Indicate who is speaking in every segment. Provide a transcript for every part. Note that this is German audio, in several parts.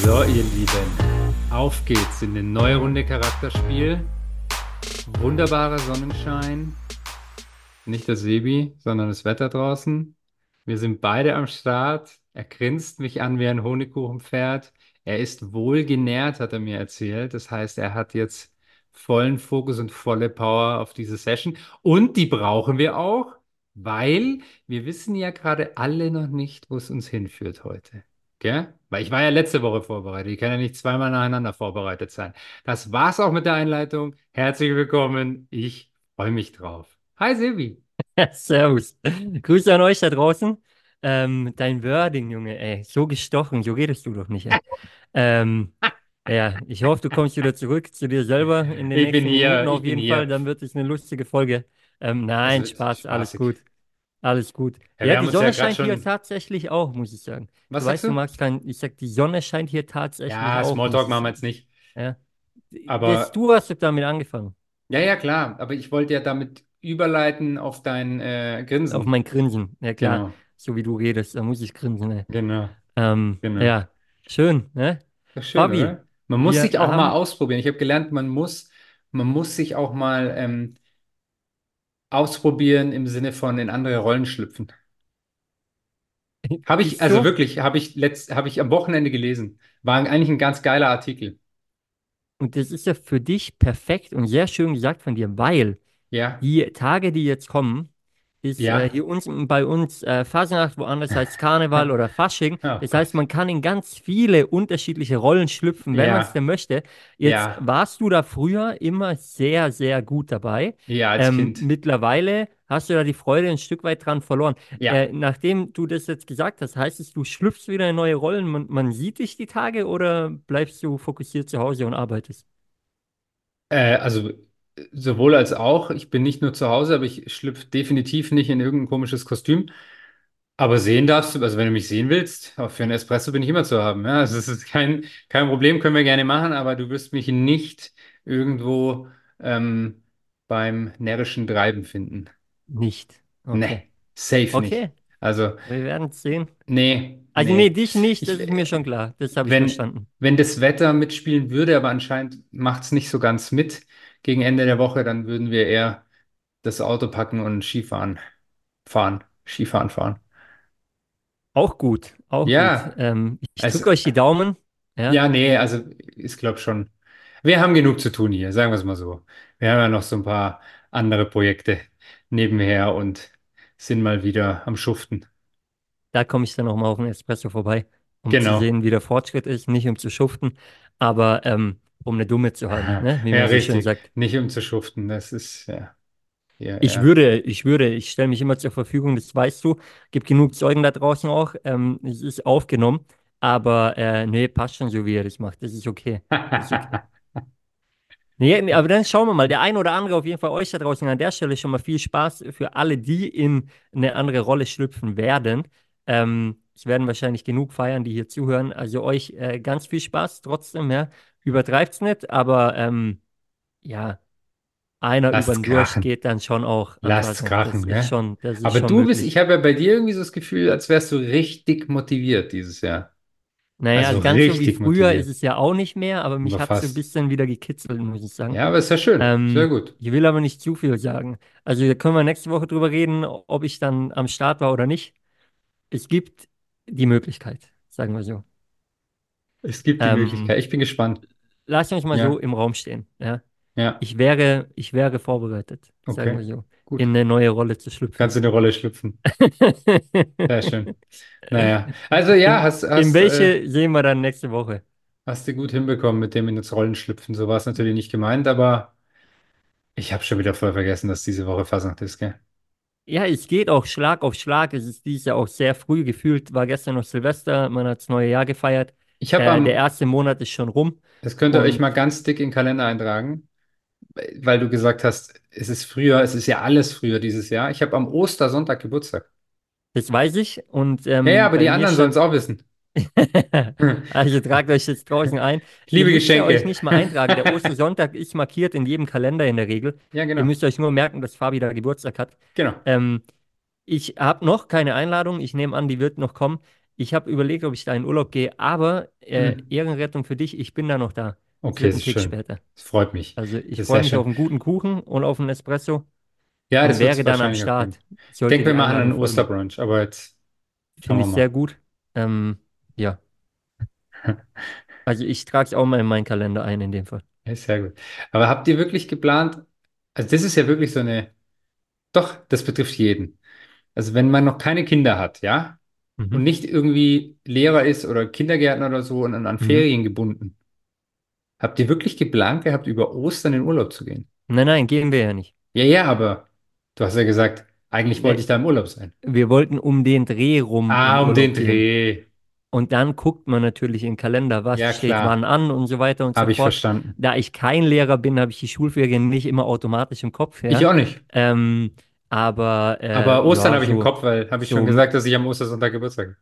Speaker 1: So, ihr Lieben, auf geht's in eine neue Runde Charakterspiel. Wunderbarer Sonnenschein. Nicht das Sebi, sondern das Wetter draußen. Wir sind beide am Start. Er grinst mich an wie ein Honigkuchenpferd. Er ist wohlgenährt, hat er mir erzählt. Das heißt, er hat jetzt vollen Fokus und volle Power auf diese Session. Und die brauchen wir auch, weil wir wissen ja gerade alle noch nicht, wo es uns hinführt heute. Gell? Weil ich war ja letzte Woche vorbereitet. Ich kann ja nicht zweimal nacheinander vorbereitet sein. Das war's auch mit der Einleitung. Herzlich willkommen. Ich freue mich drauf. Hi Silvi.
Speaker 2: Servus. Grüße an euch da draußen. Ähm, dein Wording, Junge, ey, so gestochen, so redest du doch nicht, ey. Ähm, ja, ich hoffe, du kommst wieder zurück zu dir selber in den
Speaker 1: Ich bin
Speaker 2: nächsten
Speaker 1: hier,
Speaker 2: Minuten
Speaker 1: ich
Speaker 2: auf
Speaker 1: bin
Speaker 2: jeden
Speaker 1: hier.
Speaker 2: Fall, dann wird es eine lustige Folge. Ähm,
Speaker 1: Es
Speaker 2: nein,
Speaker 1: wird
Speaker 2: Spaß, alles
Speaker 1: spaßig.
Speaker 2: gut, alles gut.
Speaker 1: Ja, wir
Speaker 2: Ja,
Speaker 1: haben
Speaker 2: die
Speaker 1: uns ja
Speaker 2: Sonne
Speaker 1: gerade
Speaker 2: scheint hier
Speaker 1: schon.
Speaker 2: tatsächlich auch, muss ich sagen.
Speaker 1: Was sagst
Speaker 2: Du weißt, du
Speaker 1: du?
Speaker 2: magst kein, ich sag, die Sonne scheint hier tatsächlich
Speaker 1: Ja,
Speaker 2: auch, muss
Speaker 1: Smalltalk
Speaker 2: ich
Speaker 1: machen wir jetzt
Speaker 2: sagen.
Speaker 1: nicht.
Speaker 2: Ja. Das,
Speaker 1: Aber
Speaker 2: du hast damit angefangen,
Speaker 1: ja, ja, klar. Aber ich wollte ja damit überleiten auf dein äh,
Speaker 2: auf
Speaker 1: Grinsen.
Speaker 2: mein Grinsen. Ja, klar,
Speaker 1: Genau,
Speaker 2: so wie du redest, da muss ich grinsen, ey.
Speaker 1: genau,
Speaker 2: Ähm,
Speaker 1: genau.
Speaker 2: ja, schön, ne?
Speaker 1: Doch schön,
Speaker 2: Fabi,
Speaker 1: oder? Man muss
Speaker 2: wir
Speaker 1: sich auch mal
Speaker 2: haben,
Speaker 1: ausprobieren. Ich habe gelernt, man muss, man muss sich auch mal ähm, ausprobieren im Sinne von in andere Rollen schlüpfen. Habe ich,
Speaker 2: ist
Speaker 1: also
Speaker 2: so?
Speaker 1: wirklich, habe ich letzt, habe ich am Wochenende gelesen. War eigentlich ein ganz geiler Artikel.
Speaker 2: Und das ist ja für dich perfekt und sehr schön gesagt von dir, weil
Speaker 1: Ja,
Speaker 2: die Tage, die jetzt kommen, ist äh,
Speaker 1: ja.
Speaker 2: hier uns, bei uns äh, Fasnacht, woanders heißt Karneval oder Fasching.
Speaker 1: Oh
Speaker 2: Das heißt,
Speaker 1: Gott.
Speaker 2: man kann in ganz viele unterschiedliche Rollen schlüpfen, wenn man es
Speaker 1: Ja,
Speaker 2: denn möchte. Jetzt
Speaker 1: ja,
Speaker 2: warst du da früher immer sehr, sehr gut dabei.
Speaker 1: ja, als
Speaker 2: Ähm,
Speaker 1: Kind.
Speaker 2: mittlerweile hast du da die Freude ein Stück weit dran verloren.
Speaker 1: Ja.
Speaker 2: Äh, nachdem du das jetzt gesagt hast, heißt es, du schlüpfst wieder in neue Rollen. Man, man sieht dich die Tage oder bleibst du fokussiert zu Hause und arbeitest?
Speaker 1: Äh, also äh, sowohl als auch. Ich bin nicht nur zu Hause, aber ich schlüpfe definitiv nicht in irgendein komisches Kostüm. Aber sehen darfst du, also wenn du mich sehen willst, auch für einen Espresso bin ich immer zu haben. Ja, also es ist kein, kein Problem, können wir gerne machen, aber du wirst mich nicht irgendwo ähm, beim närrischen Treiben finden.
Speaker 2: Nicht. Okay.
Speaker 1: Nee, safe nicht.
Speaker 2: Okay,
Speaker 1: Also,
Speaker 2: wir werden es sehen.
Speaker 1: nee,
Speaker 2: Also nee,
Speaker 1: nee.
Speaker 2: dich nicht,
Speaker 1: Ich,
Speaker 2: das ist
Speaker 1: äh,
Speaker 2: mir schon klar. Das habe ich
Speaker 1: wenn,
Speaker 2: verstanden.
Speaker 1: wenn das Wetter mitspielen würde, aber anscheinend macht es nicht so ganz mit gegen Ende der Woche, dann würden wir eher das Auto packen und Skifahren fahren. Skifahren fahren.
Speaker 2: Auch gut, auch gut.
Speaker 1: Ja,
Speaker 2: Ähm, ich
Speaker 1: also,
Speaker 2: drücke euch die Daumen. Ja,
Speaker 1: ja, nee, also ich glaube schon. Wir haben genug zu tun hier, sagen wir es mal so. Wir haben ja noch so ein paar andere Projekte nebenher und sind mal wieder am Schuften.
Speaker 2: da komme ich dann nochmal auf einen Espresso vorbei, um zu
Speaker 1: Genau.
Speaker 2: sehen, wie der Fortschritt ist. Nicht um zu schuften, aber ähm, um eine Dumme zu haben,
Speaker 1: Ja,
Speaker 2: ne? wie man so schön
Speaker 1: richtig.
Speaker 2: sagt.
Speaker 1: Nicht um zu schuften, das ist, ja, ja,
Speaker 2: Ich
Speaker 1: ja.
Speaker 2: würde, ich würde, ich stelle mich immer zur Verfügung, das weißt du. Gibt genug Zeugen da draußen auch. Ähm, es ist aufgenommen, aber äh, nee, passt schon so, wie er das macht. Das ist okay. Das ist okay. Nee, nee, aber dann schauen wir mal. Der ein oder andere auf jeden Fall euch da draußen an der Stelle schon mal viel Spaß für alle, die in eine andere Rolle schlüpfen werden. Ähm, es werden wahrscheinlich genug feiern, die hier zuhören. Also euch äh, ganz viel Spaß trotzdem, ja. Übertreibt's nicht, aber ähm, ja, einer über
Speaker 1: Lasst's
Speaker 2: den Durst
Speaker 1: krachen.
Speaker 2: geht dann schon auch an
Speaker 1: Lasst's
Speaker 2: Fasnacht. Das
Speaker 1: krachen,
Speaker 2: ist
Speaker 1: gell?
Speaker 2: schon, das ist
Speaker 1: Aber
Speaker 2: schon
Speaker 1: du bist,
Speaker 2: möglich.
Speaker 1: ich habe ja bei dir irgendwie so das Gefühl, als wärst du richtig motiviert dieses Jahr.
Speaker 2: Naja,
Speaker 1: Also
Speaker 2: ganz so wie
Speaker 1: richtig
Speaker 2: früher ist
Speaker 1: motiviert.
Speaker 2: es ja auch nicht mehr, aber mich
Speaker 1: Aber
Speaker 2: hat so ein
Speaker 1: fast.
Speaker 2: bisschen wieder gekitzelt, muss ich sagen.
Speaker 1: Ja, aber ist ja schön. Sehr
Speaker 2: Ähm,
Speaker 1: gut.
Speaker 2: ich will aber nicht zu viel sagen. Also da können wir nächste Woche drüber reden, ob ich dann am Start war oder nicht. Es gibt die Möglichkeit, sagen wir so.
Speaker 1: Es gibt die
Speaker 2: Ähm,
Speaker 1: Möglichkeit. Ich bin gespannt.
Speaker 2: lass uns mal so
Speaker 1: Ja,
Speaker 2: im Raum stehen. Ja?
Speaker 1: ja.
Speaker 2: Ich wäre, ich wäre vorbereitet, sagen
Speaker 1: Okay.
Speaker 2: wir so, in
Speaker 1: Gut.
Speaker 2: eine neue Rolle zu schlüpfen.
Speaker 1: Kannst in eine Rolle schlüpfen. Sehr schön. Naja. Also ja,
Speaker 2: In,
Speaker 1: hast,
Speaker 2: in
Speaker 1: hast, äh,
Speaker 2: welche sehen wir dann nächste Woche?
Speaker 1: hast du gut hinbekommen mit dem ins Rollen schlüpfen. So war es natürlich nicht gemeint, aber ich habe schon wieder voll vergessen, dass diese Woche Fasnacht ist, gell?
Speaker 2: Ja, es geht auch Schlag auf Schlag. Es ist dieses Jahr auch sehr früh gefühlt. War gestern noch Silvester, man hat das neue Jahr gefeiert.
Speaker 1: Ich habe
Speaker 2: Äh, der
Speaker 1: am,
Speaker 2: erste Monat ist schon rum.
Speaker 1: das könnt ihr euch mal
Speaker 2: Und
Speaker 1: ganz dick in den Kalender eintragen. weil du gesagt hast, es ist früher, es ist ja alles früher dieses Jahr. Ich habe am Ostersonntag Geburtstag.
Speaker 2: das weiß ich. Und
Speaker 1: Ja, ja,
Speaker 2: ähm,
Speaker 1: aber
Speaker 2: bei
Speaker 1: die
Speaker 2: mir
Speaker 1: anderen sollen es
Speaker 2: stand,
Speaker 1: auch wissen.
Speaker 2: also tragt euch jetzt draußen ein. Ihr
Speaker 1: Liebe
Speaker 2: müsst ja euch
Speaker 1: Geschenke.
Speaker 2: nicht mal eintragen. Der Ostersonntag ist markiert in jedem Kalender in der Regel.
Speaker 1: Ja,
Speaker 2: Ihr
Speaker 1: genau,
Speaker 2: müsst euch nur merken, dass Fabi da Geburtstag hat.
Speaker 1: genau.
Speaker 2: Ähm, ich habe noch keine Einladung. Ich nehme an, die wird noch kommen. Ich habe überlegt, ob ich da in Urlaub gehe, aber äh,
Speaker 1: Hm.
Speaker 2: Ehrenrettung für dich, ich bin da noch da. Es
Speaker 1: Okay,
Speaker 2: wird ein
Speaker 1: ist
Speaker 2: Tick
Speaker 1: schön.
Speaker 2: später.
Speaker 1: Es freut mich.
Speaker 2: Also ich
Speaker 1: Das ist
Speaker 2: freue
Speaker 1: ja
Speaker 2: mich auf
Speaker 1: schön.
Speaker 2: einen guten Kuchen und auf einen Espresso
Speaker 1: Ja,
Speaker 2: und
Speaker 1: das wird es
Speaker 2: wäre dann am
Speaker 1: wahrscheinlich auch geben.
Speaker 2: Start. Ich
Speaker 1: Ich
Speaker 2: sollte
Speaker 1: denke, wir
Speaker 2: die
Speaker 1: machen
Speaker 2: Einladung
Speaker 1: einen
Speaker 2: folgen.
Speaker 1: Osterbrunch, aber jetzt schauen
Speaker 2: Finde
Speaker 1: wir
Speaker 2: ich sehr
Speaker 1: mal.
Speaker 2: gut. Ähm, ja, also ich trage es auch mal in meinen Kalender ein in dem Fall.
Speaker 1: Ja, sehr gut. Aber habt ihr wirklich geplant? Also, das ist ja wirklich so eine. Doch, das betrifft jeden. Also, wenn man noch keine Kinder hat, ja, und
Speaker 2: Mhm.
Speaker 1: nicht irgendwie Lehrer ist oder Kindergärtner oder so und an
Speaker 2: Mhm.
Speaker 1: Ferien gebunden, habt ihr wirklich geplant gehabt, über Ostern in Urlaub zu gehen?
Speaker 2: Nein, nein, gehen wir ja nicht.
Speaker 1: Ja, ja, aber du hast ja gesagt, eigentlich wollte
Speaker 2: Nee,
Speaker 1: ich da im Urlaub sein.
Speaker 2: wir wollten um den Dreh rum in
Speaker 1: Ah, um den
Speaker 2: Urlaub gehen.
Speaker 1: Dreh.
Speaker 2: Und dann guckt man natürlich im Kalender, was
Speaker 1: Ja,
Speaker 2: steht
Speaker 1: klar,
Speaker 2: wann an und so weiter und so
Speaker 1: habe ich
Speaker 2: fort.
Speaker 1: verstanden.
Speaker 2: Da ich kein Lehrer bin, habe ich die Schulferien nicht immer automatisch im Kopf,
Speaker 1: Ich
Speaker 2: ja.
Speaker 1: auch nicht.
Speaker 2: Ähm, aber äh,
Speaker 1: Aber Ostern
Speaker 2: ja,
Speaker 1: habe ich im
Speaker 2: so,
Speaker 1: Kopf, weil habe ich schon
Speaker 2: so,
Speaker 1: gesagt, dass ich am Ostersonntag Geburtstag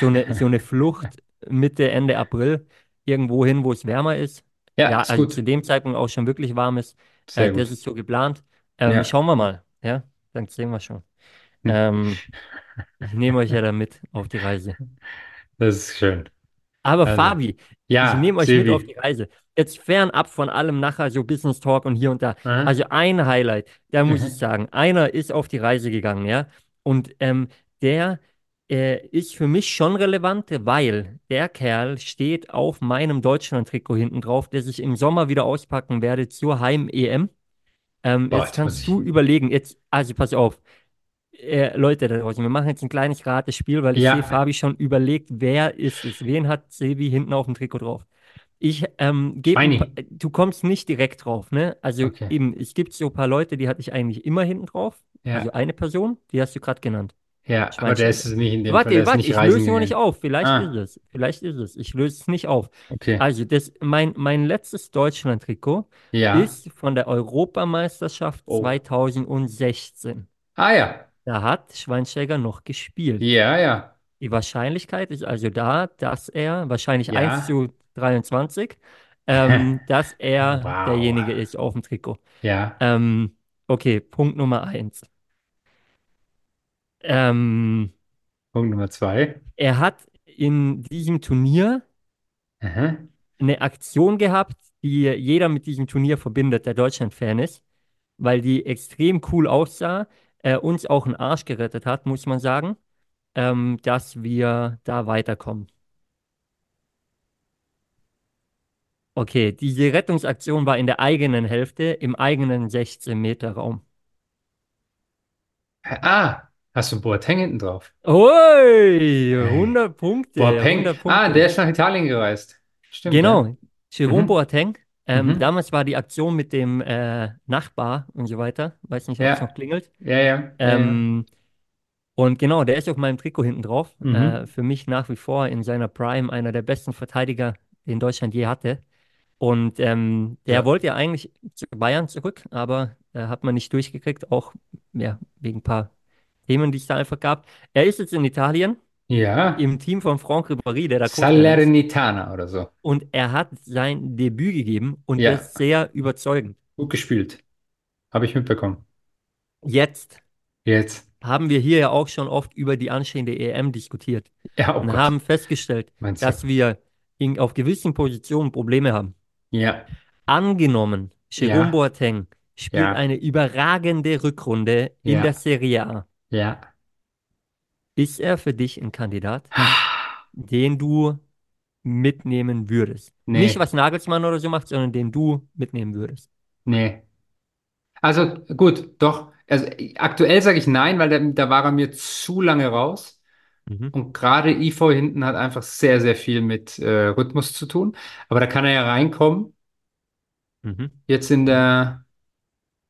Speaker 2: so eine, so eine Flucht Mitte, Ende April irgendwo hin, wo es wärmer ist.
Speaker 1: Ja,
Speaker 2: Ja,
Speaker 1: ist
Speaker 2: also zu
Speaker 1: gut.
Speaker 2: dem Zeitpunkt auch schon wirklich warm ist. Äh,
Speaker 1: Sehr
Speaker 2: das
Speaker 1: gut.
Speaker 2: ist so geplant. Ähm,
Speaker 1: Ja.
Speaker 2: schauen wir mal, ja. Dann sehen wir schon.
Speaker 1: Hm.
Speaker 2: Ähm, ich nehme euch ja dann mit auf die Reise.
Speaker 1: Das ist schön.
Speaker 2: Aber
Speaker 1: Also,
Speaker 2: Fabi, ich
Speaker 1: ja,
Speaker 2: nehme euch mit auf
Speaker 1: Sebi.
Speaker 2: die Reise. Jetzt fernab von allem nachher, so Business Talk und hier und da.
Speaker 1: Mhm.
Speaker 2: Also ein Highlight, da muss ich
Speaker 1: Mhm.
Speaker 2: sagen, einer ist auf die Reise gegangen, ja. Und ähm, der äh, ist für mich schon relevant, weil der Kerl steht auf meinem Deutschland-Trikot hinten drauf, das ich im Sommer wieder auspacken werde zur Heim-EM. Ähm,
Speaker 1: Boah,
Speaker 2: jetzt
Speaker 1: jetzt muss
Speaker 2: kannst
Speaker 1: ich.
Speaker 2: du überlegen, jetzt, also pass auf. Äh, Leute da draußen, wir machen jetzt ein kleines Ratespiel, weil ich sehe,
Speaker 1: Ja,
Speaker 2: Fabi schon überlegt, wer ist es? Wen hat Silvi hinten auf dem Trikot drauf? Ich ähm, gebe ein paar,
Speaker 1: Feini.
Speaker 2: du kommst nicht direkt drauf, ne? Also
Speaker 1: Okay.
Speaker 2: eben, es gibt so ein paar Leute, die hatte ich eigentlich immer hinten drauf. Also
Speaker 1: Ja,
Speaker 2: eine Person, die hast du gerade genannt.
Speaker 1: ja, aber der ist
Speaker 2: Schweinsteiger.
Speaker 1: es nicht in dem Fall. Der
Speaker 2: Warte,
Speaker 1: ist
Speaker 2: warte,
Speaker 1: nicht
Speaker 2: ich
Speaker 1: reisen
Speaker 2: löse noch nicht
Speaker 1: gegangen.
Speaker 2: auf. Vielleicht ist
Speaker 1: Ah,
Speaker 2: es. Vielleicht ist es. Ich löse es nicht auf.
Speaker 1: okay.
Speaker 2: Also, das, mein, mein letztes Deutschland-Trikot
Speaker 1: Ja.
Speaker 2: ist von der Europameisterschaft
Speaker 1: Oh.
Speaker 2: 2016.
Speaker 1: Ah, ja.
Speaker 2: Da hat Schweinsteiger noch gespielt.
Speaker 1: Ja, ja.
Speaker 2: Die Wahrscheinlichkeit ist also da, dass er, wahrscheinlich 1
Speaker 1: Ja.
Speaker 2: zu 23, ähm, dass er
Speaker 1: Wow.
Speaker 2: derjenige ist auf dem Trikot.
Speaker 1: Ja.
Speaker 2: Ähm, okay, Punkt Nummer 1. Ähm,
Speaker 1: Punkt Nummer zwei.
Speaker 2: er hat in diesem Turnier
Speaker 1: Mhm.
Speaker 2: eine Aktion gehabt, die jeder mit diesem Turnier verbindet, der Deutschland-Fan ist, weil die extrem cool aussah, äh, uns auch einen Arsch gerettet hat, muss man sagen, ähm, dass wir da weiterkommen. Okay, diese Rettungsaktion war in der eigenen Hälfte, im eigenen 16-Meter-Raum.
Speaker 1: Ah, hast du Boateng hinten drauf?
Speaker 2: Ui,
Speaker 1: Hey.
Speaker 2: 100 Punkte,
Speaker 1: Boateng.
Speaker 2: 100
Speaker 1: Ah, der
Speaker 2: Punkte.
Speaker 1: ist nach Italien gereist. Stimmt, ja.
Speaker 2: Genau, Jerome
Speaker 1: Mhm.
Speaker 2: Boateng. Ähm,
Speaker 1: Mhm.
Speaker 2: damals war die Aktion mit dem äh, Nachbar und so weiter. Weiß nicht, ob es noch
Speaker 1: Ja.
Speaker 2: klingelt.
Speaker 1: Ja, ja, ja, ja.
Speaker 2: Ähm, und genau, der ist auf meinem Trikot hinten drauf. Äh,
Speaker 1: Mhm.
Speaker 2: für mich nach wie vor in seiner Prime einer der besten Verteidiger, den Deutschland je hatte. Und ähm, der
Speaker 1: Ja.
Speaker 2: wollte ja eigentlich zu Bayern zurück, aber äh, hat man nicht durchgekriegt, auch ja, wegen ein paar Themen, die es da einfach gab. Er ist jetzt in Italien
Speaker 1: Ja.
Speaker 2: im Team von Franck Ribéry, der da Co-Trainer ist,
Speaker 1: Salernitana oder so.
Speaker 2: und er hat sein Debüt gegeben und
Speaker 1: Ja,
Speaker 2: das sehr überzeugend.
Speaker 1: gut gespielt. Habe ich mitbekommen.
Speaker 2: Jetzt
Speaker 1: Jetzt.
Speaker 2: haben wir hier ja auch schon oft über die anstehende EM diskutiert
Speaker 1: Ja, oh
Speaker 2: und
Speaker 1: Gott.
Speaker 2: haben festgestellt,
Speaker 1: Mein
Speaker 2: dass
Speaker 1: Sack.
Speaker 2: wir in, auf gewissen Positionen Probleme haben.
Speaker 1: Ja,
Speaker 2: Angenommen, Jerome
Speaker 1: ja,
Speaker 2: Boateng spielt
Speaker 1: ja,
Speaker 2: eine überragende Rückrunde in der
Speaker 1: ja,
Speaker 2: Serie A.
Speaker 1: ja.
Speaker 2: Ist er für dich ein Kandidat,
Speaker 1: Ah,
Speaker 2: den du mitnehmen würdest? Nicht,
Speaker 1: Nee,
Speaker 2: was Nagelsmann oder so macht, sondern den du mitnehmen würdest.
Speaker 1: nee. Also gut, doch. Also aktuell sage ich nein, weil da, da war er mir zu lange raus.
Speaker 2: Mhm.
Speaker 1: Und gerade IFO hinten hat einfach sehr, sehr viel mit äh, Rhythmus zu tun. Aber da kann er ja reinkommen,
Speaker 2: Mhm.
Speaker 1: jetzt in der,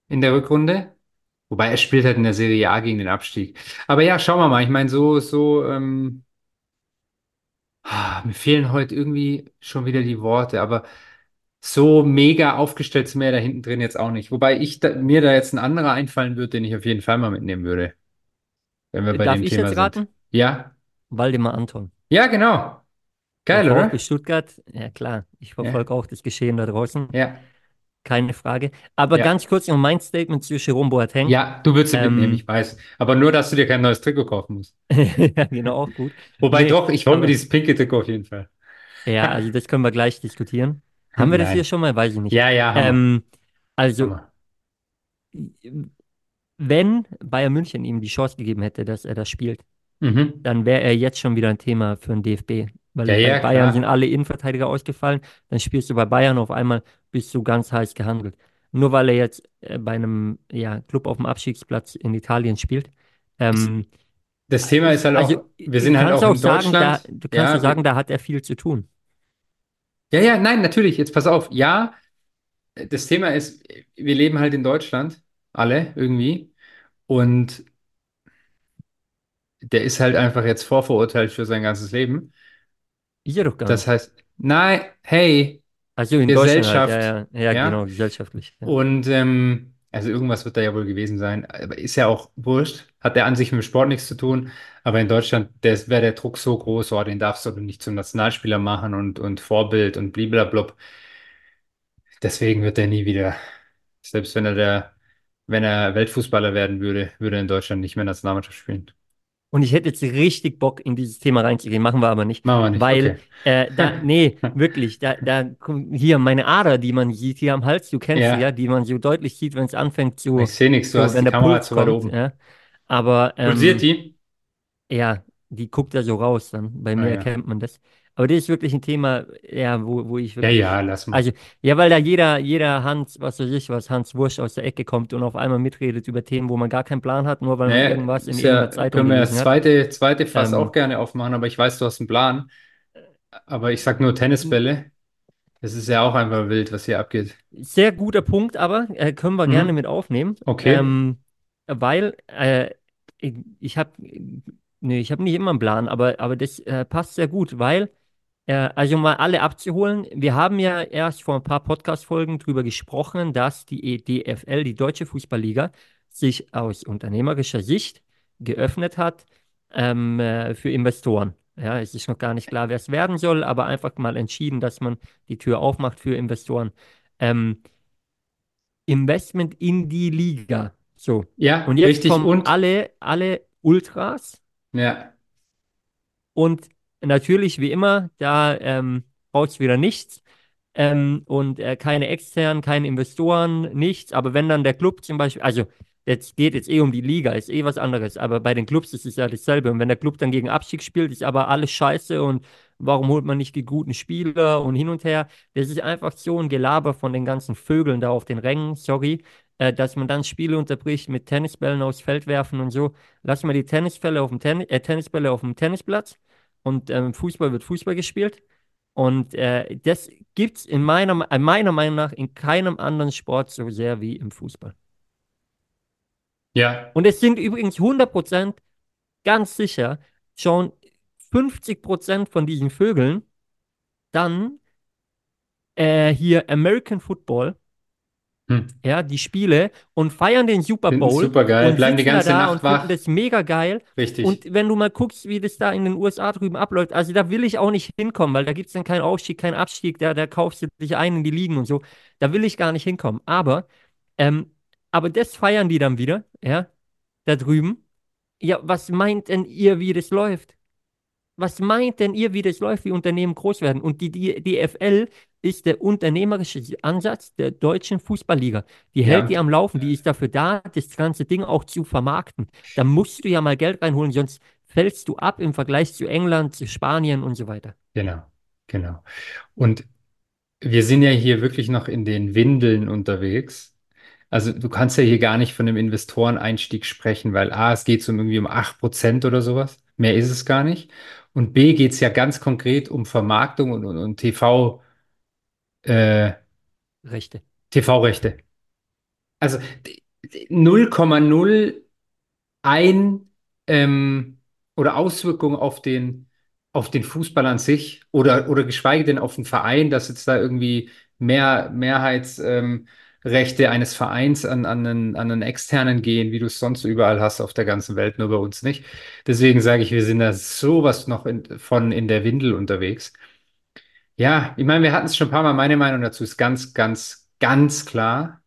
Speaker 1: in der Rückrunde. Wobei er spielt halt in der Serie A gegen den Abstieg. Aber ja, schauen wir mal. Ich meine, so, so, ähm, ah, mir fehlen heute irgendwie schon wieder die Worte, aber so mega aufgestellt ist mir da hinten drin jetzt auch nicht. Wobei ich da, mir da jetzt ein anderer einfallen würde, den ich auf jeden Fall mal mitnehmen würde, wenn wir bei
Speaker 2: Darf
Speaker 1: dem
Speaker 2: ich
Speaker 1: Thema
Speaker 2: jetzt
Speaker 1: sind.
Speaker 2: raten?
Speaker 1: Ja,
Speaker 2: Waldemar Anton.
Speaker 1: ja, genau.
Speaker 2: Beim
Speaker 1: Geil,
Speaker 2: VfB
Speaker 1: oder?
Speaker 2: Stuttgart, ja klar, ich
Speaker 1: Ja,
Speaker 2: verfolge auch das Geschehen da draußen.
Speaker 1: ja.
Speaker 2: keine Frage. Aber
Speaker 1: Ja.
Speaker 2: ganz kurz noch mein Statement zu Jerome Boateng.
Speaker 1: Ja, du willst ihn mitnehmen,
Speaker 2: Ähm,
Speaker 1: ich weiß. Aber nur, dass du dir kein neues Trikot kaufen musst.
Speaker 2: ja, genau, auch gut.
Speaker 1: Wobei
Speaker 2: Nee,
Speaker 1: doch, ich hole mir
Speaker 2: aber
Speaker 1: dieses pinke Trikot auf jeden Fall.
Speaker 2: ja, also das können wir gleich diskutieren. Haben wir das hier
Speaker 1: Nein.
Speaker 2: schon mal? Weiß ich nicht.
Speaker 1: Ja, ja, haben wir.
Speaker 2: Ähm, also,
Speaker 1: Hammer.
Speaker 2: wenn Bayern München ihm die Chance gegeben hätte, dass er das spielt,
Speaker 1: Mhm.
Speaker 2: dann wäre er jetzt schon wieder ein Thema für den DFB.
Speaker 1: Ja,
Speaker 2: Weil bei
Speaker 1: ja,
Speaker 2: Bayern sind
Speaker 1: klar.
Speaker 2: alle Innenverteidiger ausgefallen, dann spielst du bei Bayern auf einmal, bist du ganz heiß gehandelt. Nur weil er jetzt äh, bei einem ja, Club auf dem Abstiegsplatz in Italien spielt.
Speaker 1: Das,
Speaker 2: Ähm,
Speaker 1: das Thema ist halt
Speaker 2: also
Speaker 1: auch, wir
Speaker 2: du
Speaker 1: sind halt
Speaker 2: kannst
Speaker 1: auch
Speaker 2: auch
Speaker 1: in
Speaker 2: sagen, da,
Speaker 1: Deutschland.
Speaker 2: du kannst auch
Speaker 1: Ja,
Speaker 2: sagen,
Speaker 1: wir,
Speaker 2: da hat er viel zu tun.
Speaker 1: ja, ja, nein, natürlich. Jetzt pass auf. Ja, das Thema ist, wir leben halt in Deutschland. Alle irgendwie. Und der ist halt einfach jetzt vorverurteilt für sein ganzes Leben.
Speaker 2: Ist er doch gar
Speaker 1: Das
Speaker 2: nicht.
Speaker 1: heißt, nein, hey,
Speaker 2: Also in Deutschland halt, ja,
Speaker 1: Gesellschaft,
Speaker 2: ja, ja,
Speaker 1: ja.
Speaker 2: genau, gesellschaftlich. Ja.
Speaker 1: Und ähm, also irgendwas wird da ja wohl gewesen sein. Aber ist ja auch wurscht. Hat der an sich mit dem Sport nichts zu tun. Aber in Deutschland, der wäre der Druck so groß, oh, den darfst du nicht zum Nationalspieler machen und, und Vorbild und bliblablub. Deswegen wird er nie wieder. Selbst wenn er der, wenn er Weltfußballer werden würde, würde er in Deutschland nicht mehr Nationalmannschaft spielen.
Speaker 2: Und ich hätte jetzt richtig Bock, in dieses Thema reinzugehen, machen wir aber nicht,
Speaker 1: Machen wir nicht,
Speaker 2: weil
Speaker 1: okay.
Speaker 2: äh, da, nee, wirklich, da, da kommt hier meine Ader, die man sieht, hier am Hals, du kennst sie ja,
Speaker 1: Ja,
Speaker 2: die man so deutlich sieht, wenn es anfängt
Speaker 1: ich
Speaker 2: zu,
Speaker 1: sehe nichts, du
Speaker 2: zu,
Speaker 1: hast
Speaker 2: wenn
Speaker 1: die
Speaker 2: der
Speaker 1: Kamera
Speaker 2: Puls
Speaker 1: zu weit
Speaker 2: kommt,
Speaker 1: oben.
Speaker 2: ja. Aber
Speaker 1: Pulsiert
Speaker 2: ähm,
Speaker 1: die?
Speaker 2: ja, die guckt da so raus dann. Bei
Speaker 1: Ah
Speaker 2: mir
Speaker 1: ja.
Speaker 2: erkennt man das. Aber das ist wirklich ein Thema, ja, wo, wo ich
Speaker 1: Ja, ja,
Speaker 2: wirklich.
Speaker 1: lass mal.
Speaker 2: Also, ja, weil da jeder, jeder Hans, was weiß ich, was Hans Wursch aus der Ecke kommt und auf einmal mitredet über Themen, wo man gar keinen Plan hat, nur weil man
Speaker 1: Naja,
Speaker 2: irgendwas in
Speaker 1: ist
Speaker 2: irgendeiner
Speaker 1: ja,
Speaker 2: Zeitung
Speaker 1: können wir das
Speaker 2: gelesen hat.
Speaker 1: zweite, zweite Fass auch
Speaker 2: Ähm,
Speaker 1: gerne aufmachen, aber ich weiß, du hast einen Plan. Aber ich sag nur Tennisbälle. Das ist ja auch einfach wild, was hier abgeht.
Speaker 2: Sehr guter Punkt, aber äh, können wir gerne
Speaker 1: Mhm.
Speaker 2: mit aufnehmen,
Speaker 1: Okay.
Speaker 2: ähm, weil äh, ich, ich habe nee, ich habe nicht immer einen Plan, aber, aber das äh, passt sehr gut, weil, äh, also um mal alle abzuholen, wir haben ja erst vor ein paar Podcast-Folgen drüber gesprochen, dass die E DFL, die Deutsche Fußballliga, sich aus unternehmerischer Sicht geöffnet hat ähm, äh, für Investoren. Ja, es ist noch gar nicht klar, wer es werden soll, aber einfach mal entschieden, dass man die Tür aufmacht für Investoren. Ähm, Investment in die Liga. So.
Speaker 1: Ja,
Speaker 2: Und jetzt
Speaker 1: richtig.
Speaker 2: kommen
Speaker 1: Und
Speaker 2: alle, alle Ultras
Speaker 1: ja,
Speaker 2: und natürlich, wie immer, da ähm, braucht es wieder nichts. Ähm, und äh, keine externen, keine Investoren, nichts. Aber wenn dann der Club zum Beispiel, also jetzt geht jetzt eh um die Liga, ist eh was anderes, aber bei den Clubs ist es ja dasselbe. Und wenn der Club dann gegen Abstieg spielt, ist aber alles scheiße und warum holt man nicht die guten Spieler und hin und her. Das ist einfach so ein Gelaber von den ganzen Vögeln da auf den Rängen, sorry, äh, dass man dann Spiele unterbricht mit Tennisbällen aufs Feld werfen und so. Lass mal die Tennisbälle auf dem, Ten äh, Tennisbälle auf dem Tennisplatz und ähm, Fußball wird Fußball gespielt. Und äh, das gibt es in meiner, Me- äh, meiner Meinung nach in keinem anderen Sport so sehr wie im Fußball.
Speaker 1: ja,
Speaker 2: Und es sind übrigens 100% ganz sicher schon 50% von diesen Vögeln dann äh, hier American Football,
Speaker 1: hm.
Speaker 2: ja, die Spiele und feiern den Super
Speaker 1: Finden
Speaker 2: Bowl
Speaker 1: super geil.
Speaker 2: und
Speaker 1: Bleiben die
Speaker 2: sitzen da
Speaker 1: ganze
Speaker 2: da
Speaker 1: Nacht
Speaker 2: und finden
Speaker 1: wach.
Speaker 2: das mega geil.
Speaker 1: Richtig.
Speaker 2: Und wenn du mal guckst, wie das da in den USA drüben abläuft, also da will ich auch nicht hinkommen, weil da gibt es dann keinen Aufstieg, keinen Abstieg, da, da kaufst du dich ein in die Ligen und so. Da will ich gar nicht hinkommen. Aber, ähm, aber das feiern die dann wieder, ja, da drüben. Ja, was meint denn ihr, wie das läuft? Was meint denn ihr, wie das läuft, wie Unternehmen groß werden? Und die, die DFL ist der unternehmerische Ansatz der deutschen Fußballliga. Die
Speaker 1: Ja,
Speaker 2: hält die
Speaker 1: und
Speaker 2: am Laufen, die ist dafür da, das ganze Ding auch zu vermarkten. Da musst du ja mal Geld reinholen, sonst fällst du ab im Vergleich zu England, zu Spanien und so weiter.
Speaker 1: genau, genau. Und wir sind ja hier wirklich noch in den Windeln unterwegs. Also du kannst ja hier gar nicht von einem Investoreneinstieg sprechen, weil A, es geht um irgendwie um 8% oder sowas. Mehr ist es gar nicht. Und B, geht es ja ganz konkret um Vermarktung und, und, und TV, äh,
Speaker 2: Rechte.
Speaker 1: TV-Rechte. Also d- d- 0,0 ein ähm, oder Auswirkung auf den, auf den Fußball an sich oder, oder geschweige denn auf den Verein, dass jetzt da irgendwie mehr Mehrheitsrechte ähm, Rechte eines Vereins an, an einen, an einen externen gehen, wie du es sonst überall hast auf der ganzen Welt, nur bei uns nicht. Deswegen sage ich, wir sind da sowas noch in, von in der Windel unterwegs. Ja, ich meine, wir hatten es schon ein paar Mal, meine Meinung dazu ist ganz, ganz ganz klar,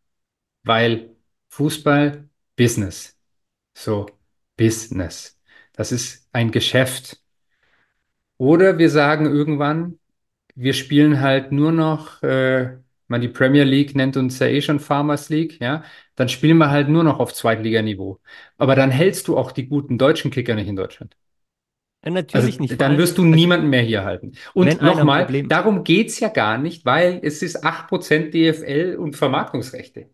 Speaker 1: weil Fußball Business. So, Business. Das ist ein Geschäft. Oder wir sagen irgendwann, wir spielen halt nur noch, äh, man die Premier League nennt uns ja eh schon Farmers League, ja, dann spielen wir halt nur noch auf Zweitliganiveau. Aber dann hältst du auch die guten deutschen Kicker nicht in Deutschland.
Speaker 2: Ja,
Speaker 1: Also
Speaker 2: natürlich nicht. Vor
Speaker 1: dann
Speaker 2: allem,
Speaker 1: wirst du
Speaker 2: also
Speaker 1: niemanden mehr hier halten. Und
Speaker 2: wenn einer ein
Speaker 1: nochmal,
Speaker 2: Problem.
Speaker 1: darum geht's ja gar nicht, weil es ist 8% DFL und Vermarktungsrechte.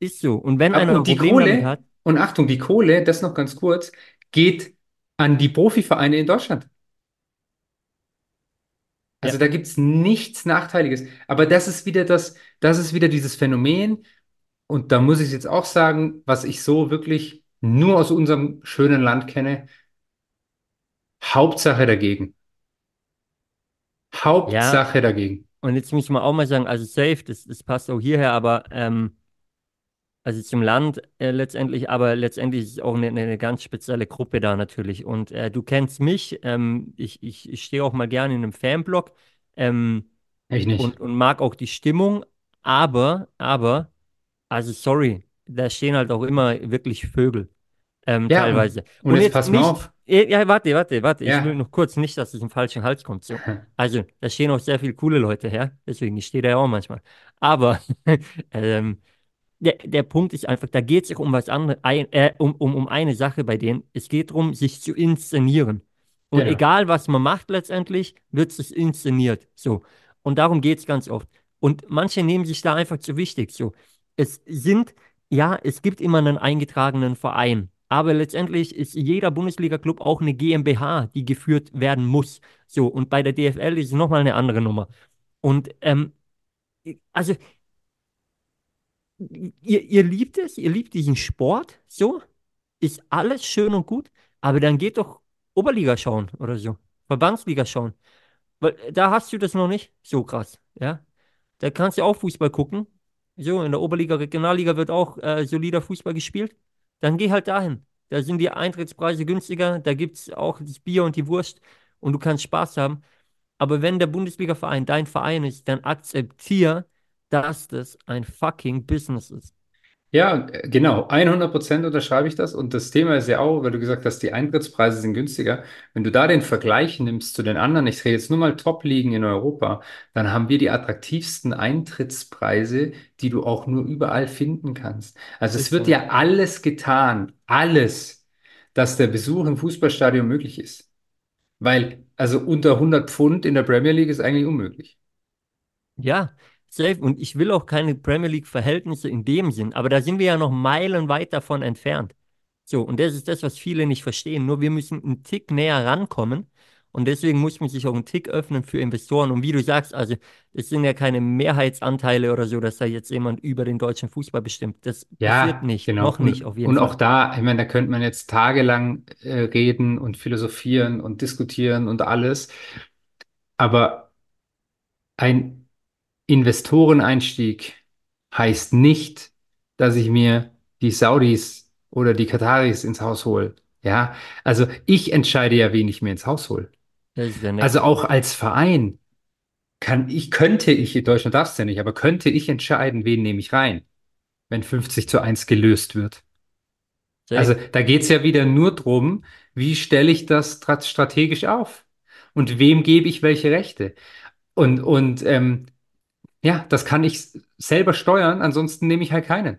Speaker 2: Ist so. Und wenn
Speaker 1: Ab-
Speaker 2: einer ein
Speaker 1: Und die
Speaker 2: Problem damit
Speaker 1: Kohle,
Speaker 2: hat,
Speaker 1: und Achtung, die Kohle, das noch ganz kurz, geht an die Profivereine in Deutschland.
Speaker 2: ja,
Speaker 1: Also da gibt's nichts Nachteiliges. Aber das ist wieder das, das ist wieder dieses Phänomen. Und da muss ich jetzt auch sagen, was ich so wirklich nur aus unserem schönen Land kenne. Hauptsache dagegen.
Speaker 2: ja,
Speaker 1: Hauptsache dagegen.
Speaker 2: und jetzt muss man auch mal sagen, also safe, das, das passt auch hierher, aber ähm, Also zum Land äh, letztendlich, aber letztendlich ist es auch eine, eine ganz spezielle Gruppe da natürlich. Und äh, du kennst mich, ähm, ich, ich, ich stehe auch mal gerne in einem Fanblock ähm,
Speaker 1: Ich nicht.
Speaker 2: und, und mag auch die Stimmung, aber, aber, also sorry, da stehen halt auch immer wirklich Vögel, ähm,
Speaker 1: Ja, und,
Speaker 2: teilweise.
Speaker 1: und
Speaker 2: Und
Speaker 1: jetzt
Speaker 2: jetzt
Speaker 1: pass mal
Speaker 2: nicht,
Speaker 1: auf.
Speaker 2: eh, ja, warte, warte, warte, ich will
Speaker 1: Ja.
Speaker 2: noch kurz nicht, dass es einen falschen Hals kommt. So. Also, da stehen auch sehr viele coole Leute her, deswegen, ich stehe da ja auch manchmal. Aber, ähm, der, der Punkt ist einfach, da geht es auch um was anderes, ein, äh, um, um, um eine Sache bei denen. Es geht darum, sich zu inszenieren. Und
Speaker 1: Genau.
Speaker 2: egal, was man macht letztendlich, wird es inszeniert. So. Und darum geht es ganz oft. Und manche nehmen sich da einfach zu wichtig. So. Es sind, ja, es gibt immer einen eingetragenen Verein. Aber letztendlich ist jeder Bundesliga-Club auch eine GmbH, die geführt werden muss. So. Und bei der DFL ist es nochmal eine andere Nummer. Und ähm, also ihr, ihr liebt es, ihr liebt diesen Sport, so, ist alles schön und gut, aber dann geht doch Oberliga schauen oder so, Verbandsliga schauen, weil äh, da hast du das noch nicht so krass, ja. Da kannst du auch Fußball gucken, so, in der Oberliga, Regionalliga wird auch äh, solider Fußball gespielt, dann geh halt dahin, da sind die Eintrittspreise günstiger, da gibt's auch das Bier und die Wurst und du kannst Spaß haben. Aber wenn der Bundesliga-Verein dein Verein ist, dann akzeptier, dass das ein fucking Business ist.
Speaker 1: Ja, äh, genau. 100 Prozent unterschreibe ich das. Und das Thema ist ja auch, weil du gesagt hast, die Eintrittspreise sind günstiger. Wenn du da den Vergleich nimmst zu den anderen, ich rede jetzt nur mal Top-Ligen in Europa, dann haben wir die attraktivsten Eintrittspreise, die du auch nur überall finden kannst. Also es
Speaker 2: Ist
Speaker 1: wird
Speaker 2: so.
Speaker 1: ja alles getan, alles, dass der Besuch im Fußballstadion möglich ist. Weil, also unter 100 Pfund in der Premier League ist eigentlich unmöglich.
Speaker 2: Ja, safe. Und ich will auch keine Premier League-Verhältnisse in dem Sinn, aber da sind wir ja noch meilenweit davon entfernt. So, und das ist das, was viele nicht verstehen. Nur wir müssen einen Tick näher rankommen. Und deswegen muss man sich auch einen Tick öffnen für Investoren. Und wie du sagst, also, das sind ja keine Mehrheitsanteile oder so, dass da jetzt jemand über den deutschen Fußball bestimmt. Das passiert
Speaker 1: Ja,
Speaker 2: nicht.
Speaker 1: genau.
Speaker 2: Noch nicht
Speaker 1: Und,
Speaker 2: auf jeden
Speaker 1: und auch
Speaker 2: Fall.
Speaker 1: da, ich meine, da könnte man jetzt tagelang äh, reden und philosophieren und diskutieren und alles. Aber ein Investoreneinstieg heißt nicht, dass ich mir die Saudis oder die Kataris ins Haus hole. Ja, also ich entscheide ja, wen ich mir ins Haus hole.
Speaker 2: Das ist der
Speaker 1: Also
Speaker 2: nächste
Speaker 1: auch
Speaker 2: Punkt.
Speaker 1: als Verein kann ich, könnte ich, in Deutschland darf es ja nicht, aber könnte ich entscheiden, wen nehme ich rein, wenn 50 zu 1 gelöst wird. Also
Speaker 2: Safe.
Speaker 1: da geht's ja wieder nur drum, wie stelle ich das stra- strategisch auf und wem gebe ich welche Rechte. Und, und ähm, ja, das kann ich s- selber steuern, ansonsten nehme ich halt keinen.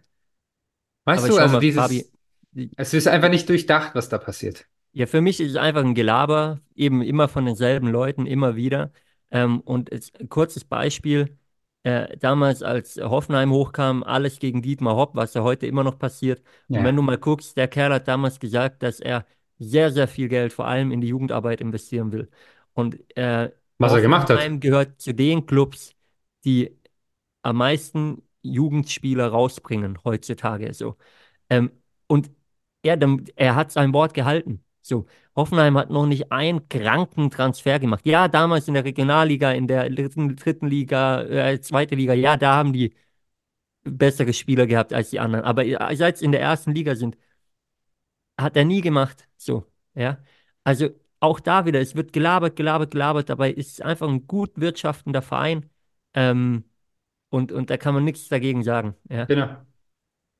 Speaker 1: Weißt
Speaker 2: Aber
Speaker 1: du,
Speaker 2: schau
Speaker 1: also
Speaker 2: mal, Fabi,
Speaker 1: dieses,
Speaker 2: die-
Speaker 1: es ist einfach nicht durchdacht, was da passiert.
Speaker 2: Ja, für mich ist es einfach ein Gelaber, eben immer von denselben Leuten, immer wieder. Ähm, und jetzt ein kurzes Beispiel, äh, damals als Hoffenheim hochkam, alles gegen Dietmar Hopp, was ja heute immer noch passiert. Und wenn
Speaker 1: Ja,
Speaker 2: du mal guckst, der Kerl hat damals gesagt, dass er sehr, sehr viel Geld vor allem in die Jugendarbeit investieren will. Und äh,
Speaker 1: was er gemacht hat.
Speaker 2: Hoffenheim gehört zu den Clubs, die am meisten Jugendspieler rausbringen heutzutage. So. Ähm, und er, dann- er hat sein Wort gehalten. So, Hoffenheim hat noch nicht einen kranken Transfer gemacht. Ja, damals in der Regionalliga, in der dritten, dritten Liga, äh, zweite Liga, ja, da haben die bessere Spieler gehabt als die anderen. Aber äh, seit sie in der ersten Liga sind, hat er nie gemacht. So, ja. Also auch da wieder, es wird gelabert, gelabert, gelabert. Dabei ist es einfach ein gut wirtschaftender Verein. Ähm, Und, und da kann man nichts dagegen sagen. Ja.
Speaker 1: Genau.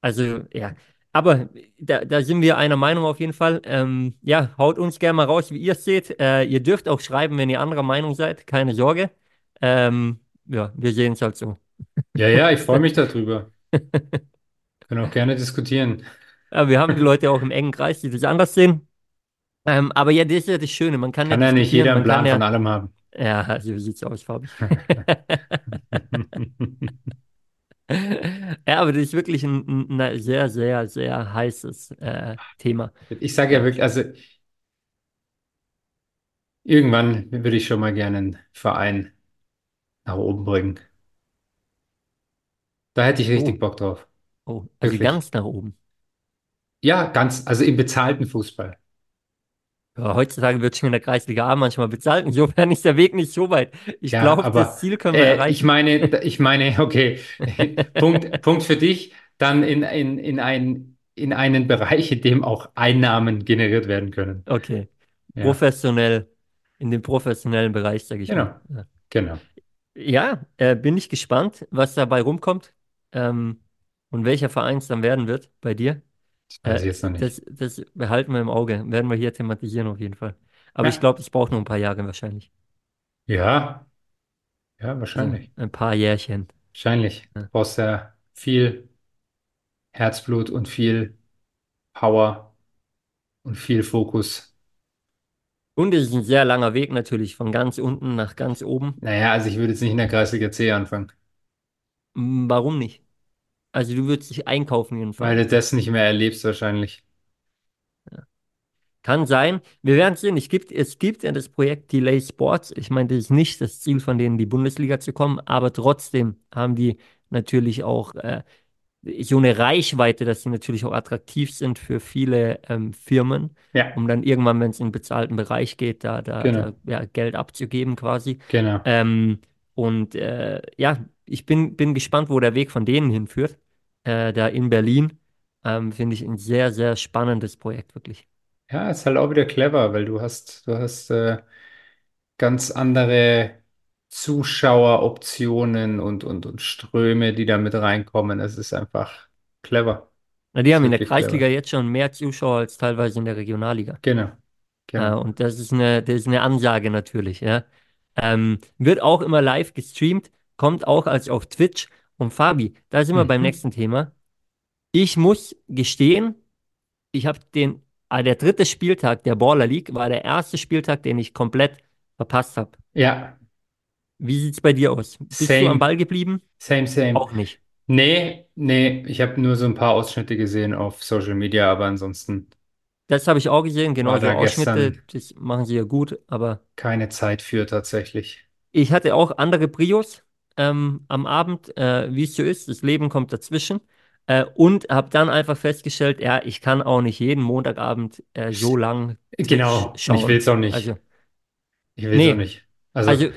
Speaker 2: Also, ja. Aber da, da sind wir einer Meinung auf jeden Fall. Ähm, ja, haut uns gerne mal raus, wie ihr es seht. Äh, ihr dürft auch schreiben, wenn ihr anderer Meinung seid. Keine Sorge. Ähm, ja, wir sehen es halt so.
Speaker 1: Ja, ja, ich freue mich darüber. Können auch gerne diskutieren.
Speaker 2: Ja, wir haben die Leute auch im engen Kreis, die das anders sehen. Ähm, aber ja, das ist ja das Schöne. Man kann ja
Speaker 1: Kann ja nicht
Speaker 2: diskutieren,
Speaker 1: jeder einen
Speaker 2: man kann
Speaker 1: Plan von
Speaker 2: ja.
Speaker 1: allem haben.
Speaker 2: Ja, so sieht's aus, Fabi. Ja, aber das ist wirklich ein, ein, ein sehr, sehr, sehr heißes äh, Thema.
Speaker 1: Ich sage ja
Speaker 2: Ja.
Speaker 1: wirklich, also irgendwann würde ich schon mal gerne einen Verein nach oben bringen. Da hätte ich richtig
Speaker 2: Oh,
Speaker 1: Bock drauf.
Speaker 2: oh, also
Speaker 1: Wirklich.
Speaker 2: ganz nach oben.
Speaker 1: Ja, ganz, also im bezahlten Fußball.
Speaker 2: Ja, heutzutage wird schon in der Kreisliga A manchmal bezahlt. Insofern ist der Weg nicht so weit. Ich
Speaker 1: Ja,
Speaker 2: glaube, das
Speaker 1: aber
Speaker 2: Ziel können wir
Speaker 1: äh, ich
Speaker 2: erreichen.
Speaker 1: meine, ich meine, okay, Punkt, Punkt für dich, dann in, in, in, ein, in einen Bereich, in dem auch Einnahmen generiert werden können.
Speaker 2: Okay.
Speaker 1: Ja,
Speaker 2: Professionell, in dem professionellen Bereich, sage ich mal.
Speaker 1: genau,
Speaker 2: Ja,
Speaker 1: genau.
Speaker 2: ja äh, bin ich gespannt, was dabei rumkommt ähm, und welcher Verein es dann werden wird bei dir.
Speaker 1: Das weiß ich
Speaker 2: Äh,
Speaker 1: jetzt noch nicht.
Speaker 2: das, das behalten wir im Auge. Werden wir hier thematisieren auf jeden Fall. Aber ich
Speaker 1: Ja,
Speaker 2: glaube, es braucht noch ein paar Jahre wahrscheinlich.
Speaker 1: ja, ja,
Speaker 2: So
Speaker 1: wahrscheinlich.
Speaker 2: ein paar Jährchen.
Speaker 1: Wahrscheinlich.
Speaker 2: Ja,
Speaker 1: Brauchst ja viel Herzblut und viel Power und viel Fokus.
Speaker 2: Und es ist ein sehr langer Weg natürlich, von ganz unten nach ganz oben.
Speaker 1: Naja, also ich würde jetzt nicht in der Kreisliga C anfangen,
Speaker 2: Hm, Warum nicht? Also du würdest dich einkaufen in den
Speaker 1: weil
Speaker 2: Verein.
Speaker 1: du das nicht mehr erlebst wahrscheinlich.
Speaker 2: Kann sein. Wir werden sehen. Es gibt, es gibt ja das Projekt Delay Sports. Ich meine, das ist nicht das Ziel von denen, in die Bundesliga zu kommen, aber trotzdem haben die natürlich auch äh, so eine Reichweite, dass sie natürlich auch attraktiv sind für viele ähm, Firmen,
Speaker 1: Ja,
Speaker 2: um dann irgendwann, wenn es in den bezahlten Bereich geht, da, da, da
Speaker 1: genau,
Speaker 2: ja, Geld abzugeben quasi.
Speaker 1: genau.
Speaker 2: Ähm, und äh, ja, ich bin, bin gespannt, wo der Weg von denen hinführt. Äh, da in Berlin ähm, finde ich ein sehr, sehr spannendes Projekt, wirklich.
Speaker 1: Ja, ist halt auch wieder clever, weil du hast, du hast äh, ganz andere Zuschaueroptionen und, und, und Ströme, die da mit reinkommen. Es ist einfach clever.
Speaker 2: Na, die
Speaker 1: Ist
Speaker 2: haben in der
Speaker 1: wirklich
Speaker 2: Kreisliga
Speaker 1: clever.
Speaker 2: jetzt schon mehr Zuschauer als teilweise in der Regionalliga.
Speaker 1: Genau,
Speaker 2: Äh,
Speaker 1: genau.
Speaker 2: und das ist eine, das ist eine Ansage natürlich, ja. Ähm, wird auch immer live gestreamt, kommt auch als auf Twitch. Und Fabi, da sind wir beim
Speaker 1: Mhm.
Speaker 2: nächsten Thema. Ich muss gestehen, ich habe den, ah, der dritte Spieltag der Baller League war der erste Spieltag, den ich komplett verpasst habe.
Speaker 1: Ja,
Speaker 2: Wie sieht's bei dir aus? Bist du am
Speaker 1: same,
Speaker 2: Ball geblieben?
Speaker 1: same, same.
Speaker 2: Auch nicht.
Speaker 1: Nee, nee, ich habe nur so ein paar Ausschnitte gesehen auf Social Media, aber ansonsten
Speaker 2: Das habe ich auch gesehen, genau
Speaker 1: war
Speaker 2: so
Speaker 1: da
Speaker 2: Ausschnitte,
Speaker 1: gestern
Speaker 2: das machen sie ja gut, aber.
Speaker 1: keine Zeit für tatsächlich.
Speaker 2: Ich hatte auch andere Brios ähm, am Abend, äh, wie es so ist. Das Leben kommt dazwischen. Äh, und habe dann einfach festgestellt, ja, ich kann auch nicht jeden Montagabend äh, so lang Twitch
Speaker 1: Genau, und ich will
Speaker 2: schauen.
Speaker 1: es auch nicht.
Speaker 2: Also,
Speaker 1: Ich will es auch
Speaker 2: nee.
Speaker 1: nicht. Also,
Speaker 2: Also,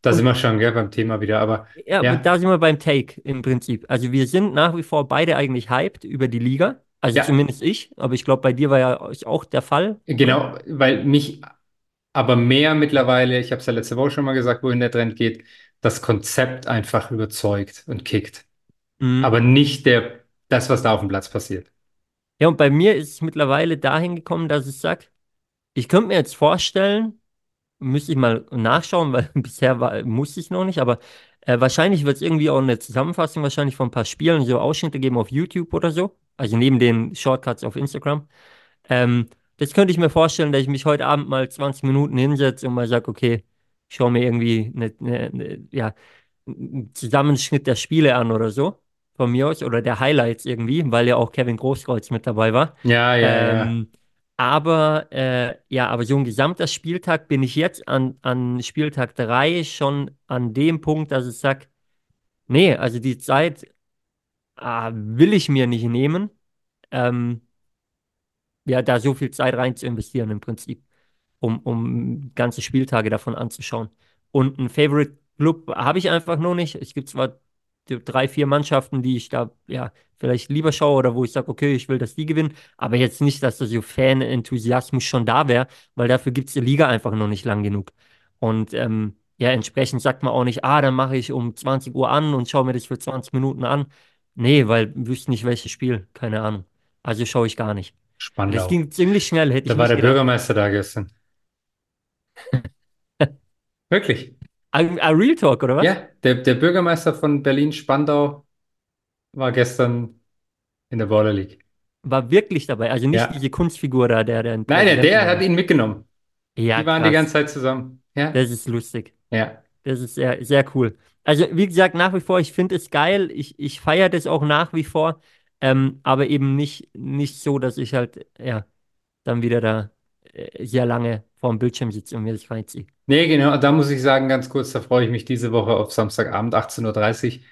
Speaker 1: da sind
Speaker 2: und
Speaker 1: wir schon, gell, beim Thema wieder, aber
Speaker 2: ja, aber
Speaker 1: ja,
Speaker 2: da sind wir beim Take im Prinzip. Also, wir sind nach wie vor beide eigentlich hyped über die Liga. Also,
Speaker 1: ja,
Speaker 2: zumindest ich. Aber ich glaube, bei dir war ja auch der Fall, oder?
Speaker 1: genau, weil mich aber mehr mittlerweile, ich habe es ja letzte Woche schon mal gesagt, wohin der Trend geht, das Konzept einfach überzeugt und kickt.
Speaker 2: Mhm.
Speaker 1: Aber nicht der, das, was da auf dem Platz passiert.
Speaker 2: Ja, und bei mir ist es mittlerweile dahin gekommen, dass ich sage, ich könnte mir jetzt vorstellen, Müsste ich mal nachschauen, weil bisher war, musste ich noch nicht, aber äh, wahrscheinlich wird es irgendwie auch eine Zusammenfassung wahrscheinlich von ein paar Spielen, so Ausschnitte geben auf YouTube oder so. Also neben den Shortcuts auf Instagram. Ähm, das könnte ich mir vorstellen, dass ich mich heute Abend mal 20 Minuten hinsetze und mal sage, okay, ich schaue mir irgendwie eine, eine, eine, ja, einen Zusammenschnitt der Spiele an oder so, von mir aus, oder der Highlights irgendwie, weil ja auch Kevin Großkreuz mit dabei war.
Speaker 1: Ja, ja, ja.
Speaker 2: Ähm, aber äh, ja, aber so ein gesamter Spieltag bin ich jetzt an, an Spieltag 3 schon an dem Punkt, dass ich sage, nee, also die Zeit ah, will ich mir nicht nehmen. Ähm, ja, da so viel Zeit rein zu investieren im Prinzip, um, um ganze Spieltage davon anzuschauen. Und ein Favorite Club habe ich einfach noch nicht. Es gibt zwar d- drei, vier Mannschaften, die ich da ja vielleicht lieber schaue oder wo ich sage, okay, ich will, dass die gewinnen, aber jetzt nicht, dass da so Fan-Enthusiasmus schon da wäre, weil dafür gibt es die Liga einfach noch nicht lang genug. Und ähm, Ja, entsprechend sagt man auch nicht, ah, dann mache ich um 20 Uhr an und schaue mir das für 20 Minuten an. Nee, weil wüsste nicht, welches Spiel, keine Ahnung. Also schaue ich gar nicht. Das
Speaker 1: Spandau.
Speaker 2: ging ziemlich schnell, hätte ich
Speaker 1: Genau. Da war
Speaker 2: nicht
Speaker 1: der
Speaker 2: gedacht.
Speaker 1: Bürgermeister da gestern. Wirklich?
Speaker 2: Ah, ah, Real Talk, oder was?
Speaker 1: Ja, der, der Bürgermeister von Berlin-Spandau war gestern in der Border League.
Speaker 2: War wirklich dabei. Also nicht
Speaker 1: Ja.
Speaker 2: diese Kunstfigur da, der, der ein
Speaker 1: Nein, der,
Speaker 2: Präsident
Speaker 1: der
Speaker 2: immer
Speaker 1: hat
Speaker 2: war.
Speaker 1: ihn mitgenommen.
Speaker 2: Ja,
Speaker 1: Die waren die ganze
Speaker 2: krass.
Speaker 1: Zeit zusammen. Ja,
Speaker 2: Das ist lustig.
Speaker 1: ja.
Speaker 2: Das ist sehr, sehr cool. Also, wie gesagt, nach wie vor, ich finde es geil. Ich, ich feiere das auch nach wie vor. Ähm, aber eben nicht, nicht so, dass ich halt, ja, dann wieder da äh, sehr lange vorm Bildschirm sitze und mir das reinziehe.
Speaker 1: Nee, genau, da muss ich sagen, ganz kurz, da freue ich mich diese Woche auf Samstagabend, 18.30 Uhr.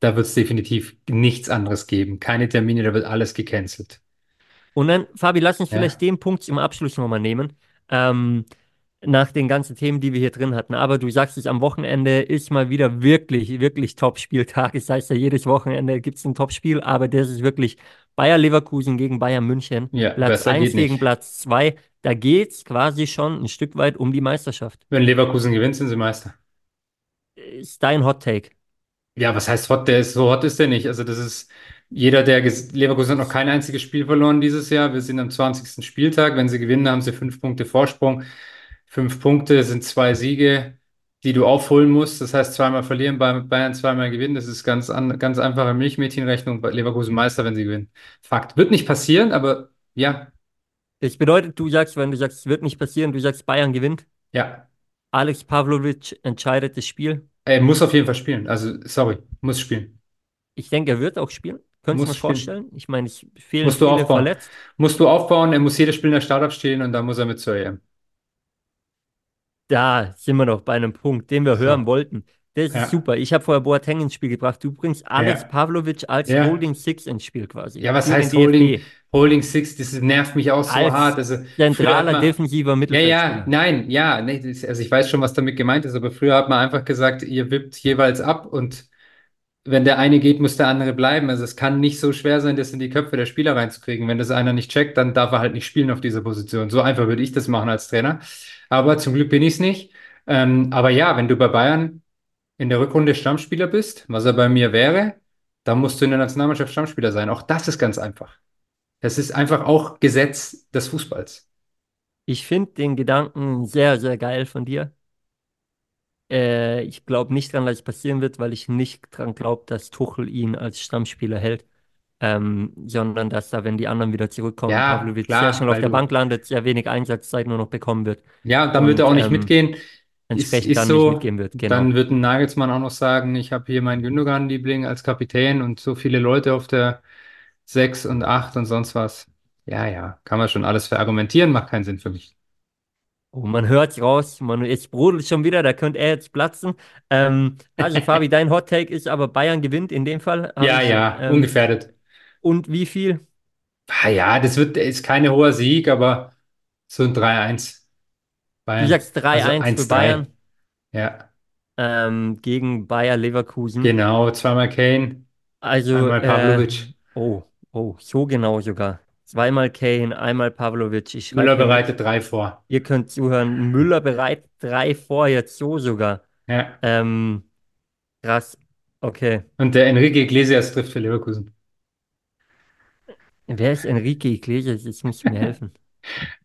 Speaker 1: Da wird es definitiv nichts anderes geben. Keine Termine, da wird alles gecancelt.
Speaker 2: Und dann, Fabi, lass uns vielleicht
Speaker 1: Ja.
Speaker 2: den Punkt zum Abschluss nochmal nehmen. Ähm, nach den ganzen Themen, die wir hier drin hatten. Aber du sagst es, am Wochenende ist mal wieder wirklich, wirklich Top-Spieltag. Es heißt ja, jedes Wochenende gibt es ein Top-Spiel, aber das ist wirklich Bayer Leverkusen gegen Bayern München,
Speaker 1: Ja,
Speaker 2: Platz
Speaker 1: besser
Speaker 2: 1
Speaker 1: geht
Speaker 2: gegen
Speaker 1: nicht.
Speaker 2: Platz 2. Da geht es quasi schon ein Stück weit um die Meisterschaft.
Speaker 1: Wenn Leverkusen gewinnt, sind sie Meister.
Speaker 2: Ist dein Hot Take?
Speaker 1: Ja, was heißt hot? Der ist, so hot ist der nicht. Also, das ist jeder, der ges- Leverkusen hat noch kein einziges Spiel verloren dieses Jahr. Wir sind am 20. Spieltag. Wenn sie gewinnen, haben sie fünf Punkte Vorsprung. Fünf Punkte sind zwei Siege, die du aufholen musst. Das heißt, zweimal verlieren, Bayern Bayern zweimal gewinnen. Das ist ganz, an, ganz einfache Milchmädchenrechnung. Leverkusen Meister, wenn sie gewinnen. Fakt. Wird nicht passieren, aber ja,
Speaker 2: Das bedeutet, du sagst, wenn du sagst, es wird nicht passieren, du sagst, Bayern gewinnt.
Speaker 1: ja.
Speaker 2: Alex Pavlovic entscheidet das Spiel.
Speaker 1: Er muss auf jeden Fall spielen. Also, sorry, muss spielen.
Speaker 2: Ich denke, er wird auch spielen. Könntest du
Speaker 1: Muss
Speaker 2: mir
Speaker 1: spielen.
Speaker 2: vorstellen? Ich meine, es fehlen
Speaker 1: Musst du
Speaker 2: viele
Speaker 1: aufbauen.
Speaker 2: verletzt.
Speaker 1: Musst du aufbauen. Er muss jedes Spiel in der Startelf stehen und dann muss er mit zur E EM.
Speaker 2: Da sind wir noch bei einem Punkt, den wir hören
Speaker 1: So.
Speaker 2: wollten. Das ist
Speaker 1: Ja,
Speaker 2: super. Ich habe vorher Boateng ins Spiel gebracht. Du bringst Alex
Speaker 1: ja,
Speaker 2: Pavlovic als
Speaker 1: ja.
Speaker 2: Holding Six ins Spiel quasi
Speaker 1: Ja, was
Speaker 2: für den
Speaker 1: heißt Holding,
Speaker 2: DFB.
Speaker 1: Holding Six? Das nervt mich auch so hart.
Speaker 2: Als
Speaker 1: Also früher hat
Speaker 2: zentraler
Speaker 1: man,
Speaker 2: defensiver
Speaker 1: ja, ja,
Speaker 2: Mittelfeldspieler.
Speaker 1: nein, ja, nee, das, also ich weiß schon, was damit gemeint ist, aber früher hat man einfach gesagt, ihr wippt jeweils ab und wenn der eine geht, muss der andere bleiben. Also es kann nicht so schwer sein, das in die Köpfe der Spieler reinzukriegen. Wenn das einer nicht checkt, dann darf er halt nicht spielen auf dieser Position. So einfach würde ich das machen als Trainer. Aber zum Glück bin ich es nicht. Ähm, aber ja, wenn du bei Bayern in der Rückrunde Stammspieler bist, was er bei mir wäre, dann musst du in der Nationalmannschaft Stammspieler sein. Auch das ist ganz einfach. Das ist einfach auch Gesetz des Fußballs.
Speaker 2: Ich finde den Gedanken sehr, sehr geil von dir. Äh, ich glaube nicht dran, dass es passieren wird, weil ich nicht dran glaube, dass Tuchel ihn als Stammspieler hält. Ähm, sondern dass da, wenn die anderen wieder zurückkommen,
Speaker 1: Ja,
Speaker 2: Pavlovic sehr
Speaker 1: klar,
Speaker 2: schnell auf
Speaker 1: weil
Speaker 2: der
Speaker 1: du,
Speaker 2: Bank landet, sehr wenig Einsatzzeit nur noch bekommen wird
Speaker 1: ja, dann wird er
Speaker 2: und
Speaker 1: auch nicht
Speaker 2: ähm,
Speaker 1: mitgehen. Ist,
Speaker 2: entsprechend
Speaker 1: ist
Speaker 2: dann nicht
Speaker 1: so.
Speaker 2: mitgehen wird.
Speaker 1: Dann
Speaker 2: Genau.
Speaker 1: wird ein Nagelsmann auch noch sagen, ich habe hier meinen Gündogan-Liebling als Kapitän und so viele Leute auf der 6 und 8 und sonst was. Ja, ja, kann man schon alles verargumentieren, macht keinen Sinn für mich.
Speaker 2: Oh, man hört's raus, man, jetzt brodelt schon wieder, da könnte er jetzt platzen. Ähm, also Fabi, dein Hot Take ist aber Bayern gewinnt in dem Fall, habe
Speaker 1: Ja,
Speaker 2: ich.
Speaker 1: ja,
Speaker 2: Ähm,
Speaker 1: ungefährdet.
Speaker 2: und wie viel?
Speaker 1: Ah, ja, das wird, ist kein hoher Sieg, aber so ein 3-1
Speaker 2: Du
Speaker 1: Bayern.
Speaker 2: sagst
Speaker 1: Also
Speaker 2: 3-1 für
Speaker 1: 1-3.
Speaker 2: Bayern
Speaker 1: Ja,
Speaker 2: ähm, gegen Bayer Leverkusen.
Speaker 1: genau. Zweimal Kane,
Speaker 2: Also,
Speaker 1: einmal
Speaker 2: äh,
Speaker 1: Pavlovic.
Speaker 2: oh, oh, so genau sogar. Zweimal Kane, einmal Pavlovic. Ich
Speaker 1: Müller
Speaker 2: schreibe mir mit.
Speaker 1: bereitet drei vor.
Speaker 2: Ihr könnt zuhören. Müller bereit drei vor, jetzt so sogar.
Speaker 1: Ja.
Speaker 2: Ähm, krass. Okay.
Speaker 1: Und der Enrique Iglesias trifft für Leverkusen.
Speaker 2: Wer ist Enrique Iglesias? Jetzt musst du mir helfen.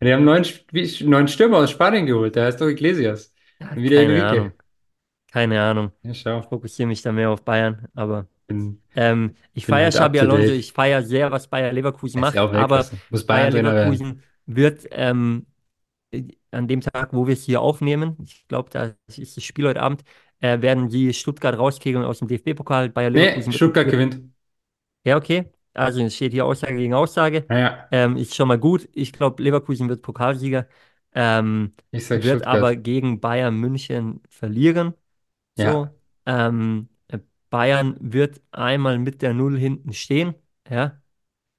Speaker 1: Die haben neun, Sp- neun Stürmer aus Spanien geholt. Der heißt doch Iglesias.
Speaker 2: Ja,
Speaker 1: Und wieder
Speaker 2: keine
Speaker 1: Enrique.
Speaker 2: Ahnung. Keine Ahnung.
Speaker 1: Ja,
Speaker 2: Ich
Speaker 1: schau.
Speaker 2: fokussiere mich da mehr auf Bayern. Aber
Speaker 1: Bin,
Speaker 2: ähm, ich
Speaker 1: bin
Speaker 2: feiere
Speaker 1: halt up
Speaker 2: Xabi
Speaker 1: to
Speaker 2: Alonso.
Speaker 1: date.
Speaker 2: Ich feiere sehr, was Bayer Leverkusen
Speaker 1: Er ist ja
Speaker 2: macht.
Speaker 1: auch
Speaker 2: Aber
Speaker 1: Weltklasse. Muss
Speaker 2: Bayer
Speaker 1: Bayern-Trainer werden.
Speaker 2: Leverkusen wird ähm, an dem Tag, wo wir es hier aufnehmen, ich glaube, da ist das Spiel heute Abend, äh, werden die Stuttgart rauskegeln aus dem DFB-Pokal. Bayer
Speaker 1: Nee,
Speaker 2: Leverkusen wird nicht
Speaker 1: Stuttgart
Speaker 2: gewinnen.
Speaker 1: gewinnt.
Speaker 2: Ja, okay. Also es steht hier Aussage gegen Aussage.
Speaker 1: Naja,
Speaker 2: Ähm, ist schon mal gut. Ich glaube, Leverkusen wird Pokalsieger, ähm,
Speaker 1: ich sag
Speaker 2: wird aber
Speaker 1: Stuttgart.
Speaker 2: gegen Bayern München verlieren.
Speaker 1: Ja,
Speaker 2: So, ähm, Bayern wird einmal mit der Null hinten stehen, ja,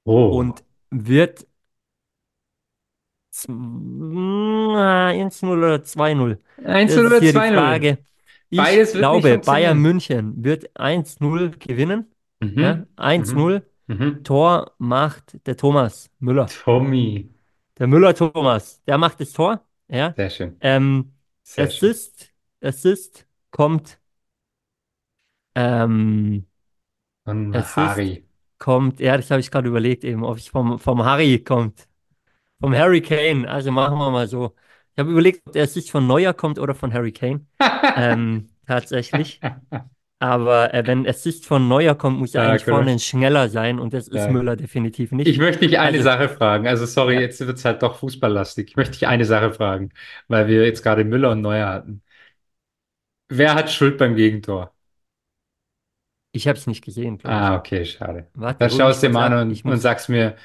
Speaker 1: oh,
Speaker 2: und wird z- mh, 1-0 oder 2-0.
Speaker 1: 1-0
Speaker 2: Das ist
Speaker 1: oder
Speaker 2: hier die
Speaker 1: 2-0?
Speaker 2: Frage. Ich
Speaker 1: Beides wird nicht
Speaker 2: glaube,
Speaker 1: funktionieren.
Speaker 2: Bayern München wird 1-0 gewinnen, ja,
Speaker 1: Mhm, mhm,
Speaker 2: 1-0.
Speaker 1: mhm.
Speaker 2: Tor macht der Thomas Müller.
Speaker 1: Tommy,
Speaker 2: Der Müller Thomas, der macht das Tor, ja.
Speaker 1: sehr schön,
Speaker 2: Ähm,
Speaker 1: sehr schön.
Speaker 2: Assist Assist kommt, ähm,
Speaker 1: Von
Speaker 2: Assist
Speaker 1: Harry.
Speaker 2: kommt, ja, das habe ich gerade überlegt eben, ob ich vom, vom Harry kommt, vom Harry Kane, also machen wir mal so. Ich habe überlegt, ob der Assist von Neuer kommt oder von Harry Kane, ähm, tatsächlich. Aber äh, wenn Assist von Neuer kommt, muss ja
Speaker 1: Ah,
Speaker 2: eigentlich vorne ein
Speaker 1: korrekt.
Speaker 2: schneller sein und das ist
Speaker 1: Ja.
Speaker 2: Müller definitiv
Speaker 1: Ich
Speaker 2: nicht.
Speaker 1: möchte dich eine
Speaker 2: Also,
Speaker 1: Sache fragen. Also sorry,
Speaker 2: ja,
Speaker 1: jetzt wird's halt doch fußballlastig. Ich möchte dich eine Sache fragen, weil wir jetzt gerade Müller und Neuer hatten. Wer hat Schuld beim Gegentor?
Speaker 2: ich habe es nicht gesehen, glaube ich.
Speaker 1: Ah, okay, schade.
Speaker 2: Warte,
Speaker 1: Dann
Speaker 2: hol mich
Speaker 1: schaust du dir
Speaker 2: kurz
Speaker 1: mal
Speaker 2: ab.
Speaker 1: an und,
Speaker 2: Ich
Speaker 1: und
Speaker 2: muss.
Speaker 1: sag's mir,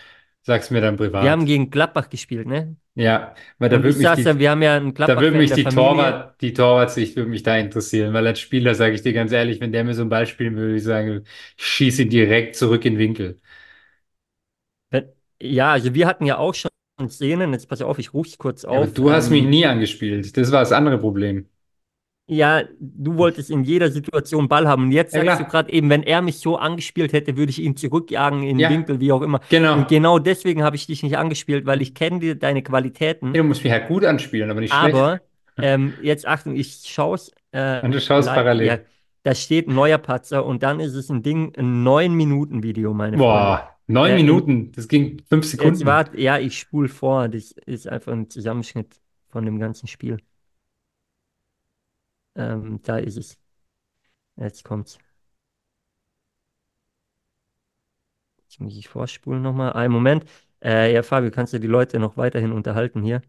Speaker 1: sag's mir dann
Speaker 2: Wir haben
Speaker 1: privat.
Speaker 2: gegen Gladbach gespielt, ne?
Speaker 1: Ja, weil da
Speaker 2: Und
Speaker 1: würde
Speaker 2: ich
Speaker 1: mich
Speaker 2: saß
Speaker 1: die,
Speaker 2: ja, wir haben ja einen
Speaker 1: da würde
Speaker 2: Gladbach-Fan in
Speaker 1: mich
Speaker 2: der
Speaker 1: die
Speaker 2: Familie.
Speaker 1: Torwart, die Torwartsicht würde mich da interessieren, weil als Spieler, sage ich dir ganz ehrlich, wenn der mir so einen Ball spielen würde, würde ich sagen, ich schieße ihn direkt zurück in den Winkel.
Speaker 2: Wenn, ja, also wir hatten ja auch schon Szenen. Jetzt pass auf, ich rufe kurz
Speaker 1: Ja, aber
Speaker 2: auf.
Speaker 1: du hast mich
Speaker 2: Ähm,
Speaker 1: nie angespielt. Das war das andere Problem.
Speaker 2: ja, du wolltest in jeder Situation Ball haben. Und jetzt
Speaker 1: Ja,
Speaker 2: sagst du
Speaker 1: klar.
Speaker 2: gerade eben, wenn er mich so angespielt hätte, würde ich ihn zurückjagen in den
Speaker 1: Ja,
Speaker 2: Winkel, wie auch immer. Und
Speaker 1: genau.
Speaker 2: genau deswegen habe ich dich nicht angespielt, weil ich kenne dir deine Qualitäten.
Speaker 1: Ja, du musst mich halt gut anspielen, aber nicht schlecht.
Speaker 2: Aber ähm, jetzt Achtung, ich schaue es. Äh,
Speaker 1: Und du schaust
Speaker 2: li- ja,
Speaker 1: parallel.
Speaker 2: da steht ein neuer Patzer und dann ist es ein Ding, ein 9-Minuten-Video, meine Freunde.
Speaker 1: Boah, neun
Speaker 2: Äh, in,
Speaker 1: Minuten. Das ging fünf
Speaker 2: jetzt
Speaker 1: Sekunden.
Speaker 2: wart, ja, ich spule vor. Das ist einfach ein Zusammenschnitt von dem ganzen Spiel. Ähm, da ist es. Jetzt kommt's. Jetzt muss ich vorspulen nochmal. Einen Moment. Äh, ja, Fabio, kannst du die Leute noch weiterhin unterhalten hier?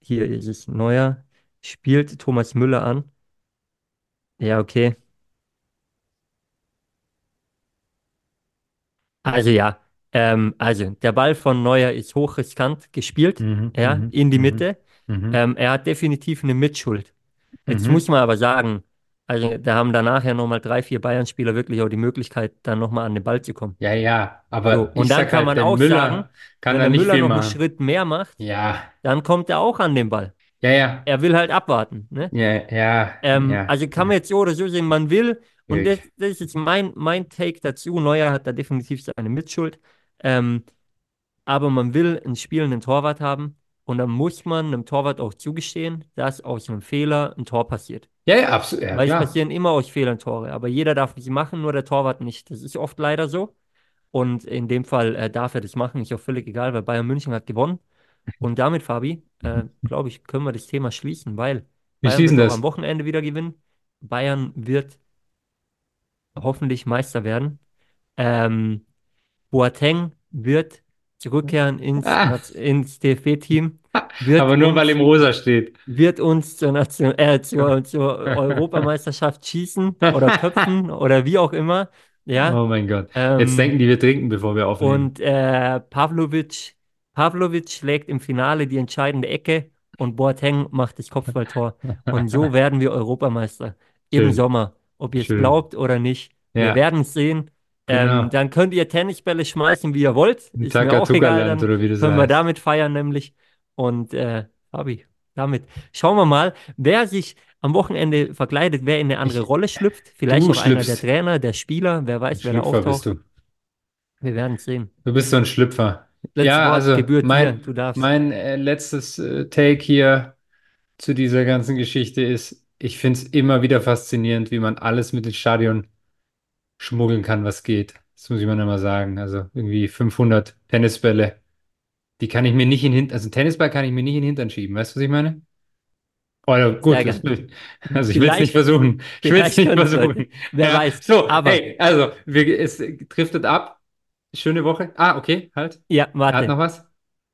Speaker 2: Hier ist es. Neuer spielt Thomas Müller an. Ja, okay. Also ja, ähm, also der Ball von Neuer ist hochriskant gespielt,
Speaker 1: Mhm,
Speaker 2: ja,
Speaker 1: mhm,
Speaker 2: in die
Speaker 1: mhm,
Speaker 2: Mitte.
Speaker 1: mhm,
Speaker 2: Ähm, er hat definitiv eine Mitschuld. Jetzt muss
Speaker 1: mhm.
Speaker 2: man aber sagen, also da haben danach ja nochmal drei, vier Bayern-Spieler wirklich auch die Möglichkeit, dann nochmal an den Ball zu kommen.
Speaker 1: Ja, ja,
Speaker 2: So,
Speaker 1: aber
Speaker 2: und
Speaker 1: ich
Speaker 2: dann
Speaker 1: sag
Speaker 2: kann
Speaker 1: halt,
Speaker 2: man
Speaker 1: der
Speaker 2: auch sagen,
Speaker 1: Müller kann
Speaker 2: wenn
Speaker 1: da
Speaker 2: der
Speaker 1: nicht
Speaker 2: Müller
Speaker 1: viel
Speaker 2: noch einen
Speaker 1: machen.
Speaker 2: Schritt mehr macht,
Speaker 1: Ja,
Speaker 2: dann kommt er auch an den Ball.
Speaker 1: ja, ja,
Speaker 2: Er will halt abwarten, ne?
Speaker 1: ja, ja,
Speaker 2: Ähm,
Speaker 1: ja,
Speaker 2: also kann
Speaker 1: ja.
Speaker 2: man jetzt so oder so sehen, man will. Und das,
Speaker 1: Erik.
Speaker 2: das ist jetzt mein, mein Take dazu. Neuer hat da definitiv seine Mitschuld. Ähm, aber man will einen spielenden Torwart haben und dann muss man einem Torwart auch zugestehen, dass aus einem Fehler ein Tor passiert.
Speaker 1: Ja, ja, absolut, ja,
Speaker 2: Weil es
Speaker 1: klar.
Speaker 2: passieren immer aus Fehlern Tore, aber jeder darf sie machen, nur der Torwart nicht. Das ist oft leider so. Und in dem Fall äh, darf er das machen, ist auch völlig egal, weil Bayern München hat gewonnen. Und damit, Fabi, äh, glaube ich, können wir das Thema schließen, weil
Speaker 1: Mhm. Wir
Speaker 2: Bayern
Speaker 1: schließen
Speaker 2: wird auch am
Speaker 1: das.
Speaker 2: Wochenende wieder gewinnen. Bayern wird hoffentlich Meister werden. Ähm, Boateng wird zurückkehren ins,
Speaker 1: Ah,
Speaker 2: Naz- ins DFB-Team, wird
Speaker 1: aber nur weil im
Speaker 2: uns,
Speaker 1: Rosa steht.
Speaker 2: wird uns zur, Nation, äh, zur, zur Europameisterschaft schießen oder köpfen oder wie auch immer. Ja,
Speaker 1: Oh mein Gott. Jetzt
Speaker 2: ähm,
Speaker 1: denken die, wir trinken, bevor wir aufnehmen.
Speaker 2: und äh, Pavlovic, Pavlovic schlägt im Finale die entscheidende Ecke und Boateng macht das Kopfballtor. Und so werden wir Europameister im
Speaker 1: Schön,
Speaker 2: Sommer. Ob ihr es
Speaker 1: schön.
Speaker 2: glaubt oder nicht, wir
Speaker 1: Ja,
Speaker 2: werden es sehen. Ähm,
Speaker 1: genau.
Speaker 2: dann könnt ihr Tennisbälle schmeißen, wie ihr wollt.
Speaker 1: In
Speaker 2: Ist mir auch egal,
Speaker 1: Takatuka-Land
Speaker 2: dann
Speaker 1: oder wie das
Speaker 2: können wir
Speaker 1: heißt.
Speaker 2: damit feiern, nämlich. Und äh, Fabi, damit schauen wir mal, wer sich am Wochenende verkleidet, wer in eine andere
Speaker 1: Ich,
Speaker 2: Rolle schlüpft. Vielleicht
Speaker 1: du
Speaker 2: auch einer der
Speaker 1: schlüpfst.
Speaker 2: Trainer, der Spieler, wer
Speaker 1: Ein
Speaker 2: weiß, wer da
Speaker 1: Schlüpfer bist
Speaker 2: auftaucht.
Speaker 1: du.
Speaker 2: Wir werden sehen.
Speaker 1: Du bist so ein Schlüpfer.
Speaker 2: Letztes
Speaker 1: Ja,
Speaker 2: Wort
Speaker 1: also
Speaker 2: gebührt dir,
Speaker 1: mein,
Speaker 2: du darfst.
Speaker 1: mein äh, letztes äh, Take hier zu dieser ganzen Geschichte ist, ich finde es immer wieder faszinierend, wie man alles mit ins Stadion schmuggeln kann, was geht. Das muss ich mal immer sagen. Also irgendwie 500 Tennisbälle, die kann ich mir nicht in den Hintern, also einen Tennisball kann ich mir nicht in den Hintern schieben. Weißt du, was ich meine? Oder gut,
Speaker 2: Sehr
Speaker 1: das,
Speaker 2: gern.
Speaker 1: also ich will es nicht
Speaker 2: Vielleicht,
Speaker 1: versuchen. Ich will es
Speaker 2: vielleicht
Speaker 1: nicht
Speaker 2: können es Leute.
Speaker 1: versuchen.
Speaker 2: Wer
Speaker 1: Ja,
Speaker 2: weiß.
Speaker 1: so,
Speaker 2: Aber
Speaker 1: hey, also wir, es driftet ab. Schöne Woche. Ah, okay, halt.
Speaker 2: ja,
Speaker 1: Er hat
Speaker 2: warte.
Speaker 1: noch was?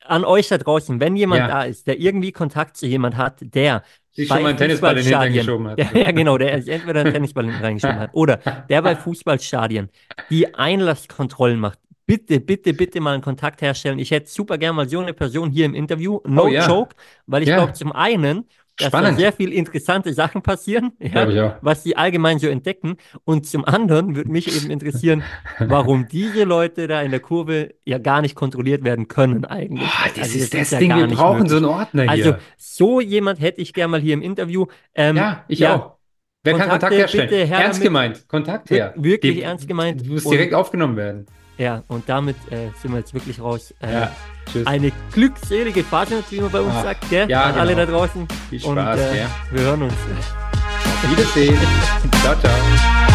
Speaker 2: An euch da draußen, wenn jemand
Speaker 1: Ja,
Speaker 2: da ist, der irgendwie Kontakt zu jemand hat, der
Speaker 1: sich schon
Speaker 2: bei
Speaker 1: mal einen Tennisball in den Hintern
Speaker 2: Fußballstadien,
Speaker 1: geschoben hat.
Speaker 2: der, ja genau, der sich entweder einen Tennisball hinten reingeschoben hat oder der bei Fußballstadien die Einlasskontrollen macht, bitte, bitte, bitte mal einen Kontakt herstellen. Ich hätte super gern mal so eine Person hier im Interview.
Speaker 1: Oh
Speaker 2: No
Speaker 1: ja,
Speaker 2: joke, weil ich glaube
Speaker 1: ja,
Speaker 2: zum einen, dass da
Speaker 1: spannend,
Speaker 2: sehr viel interessante Sachen passieren, ja,
Speaker 1: glaube ich auch.
Speaker 2: was die allgemein so entdecken. Und zum anderen würde mich eben interessieren, warum diese Leute da in der Kurve ja gar nicht kontrolliert werden können eigentlich.
Speaker 1: Boah,
Speaker 2: Weil,
Speaker 1: das
Speaker 2: also
Speaker 1: ist
Speaker 2: das
Speaker 1: das
Speaker 2: ist ja
Speaker 1: Ding.
Speaker 2: gar
Speaker 1: Wir
Speaker 2: nicht
Speaker 1: brauchen so
Speaker 2: möglich.
Speaker 1: einen Ordner
Speaker 2: Also
Speaker 1: hier.
Speaker 2: so jemand hätte ich gern mal hier im Interview. Ähm,
Speaker 1: Ja, ich
Speaker 2: ja,
Speaker 1: auch. Wer kann Kontakt
Speaker 2: Kontakte
Speaker 1: herstellen?
Speaker 2: bitte her
Speaker 1: Ernst
Speaker 2: damit.
Speaker 1: gemeint, Kontakt
Speaker 2: Wir
Speaker 1: her.
Speaker 2: wirklich
Speaker 1: Die,
Speaker 2: ernst gemeint
Speaker 1: du musst direkt
Speaker 2: und
Speaker 1: aufgenommen werden.
Speaker 2: ja, und damit äh, sind wir jetzt wirklich raus. Äh,
Speaker 1: Ja, tschüss.
Speaker 2: eine glückselige Fahrt, wie man bei uns
Speaker 1: Ach,
Speaker 2: sagt, gell?
Speaker 1: ja,
Speaker 2: An alle da
Speaker 1: genau.
Speaker 2: draußen
Speaker 1: Viel
Speaker 2: und
Speaker 1: Spaß,
Speaker 2: äh,
Speaker 1: gell?
Speaker 2: wir hören uns.
Speaker 1: Wiedersehen. Ciao, ciao.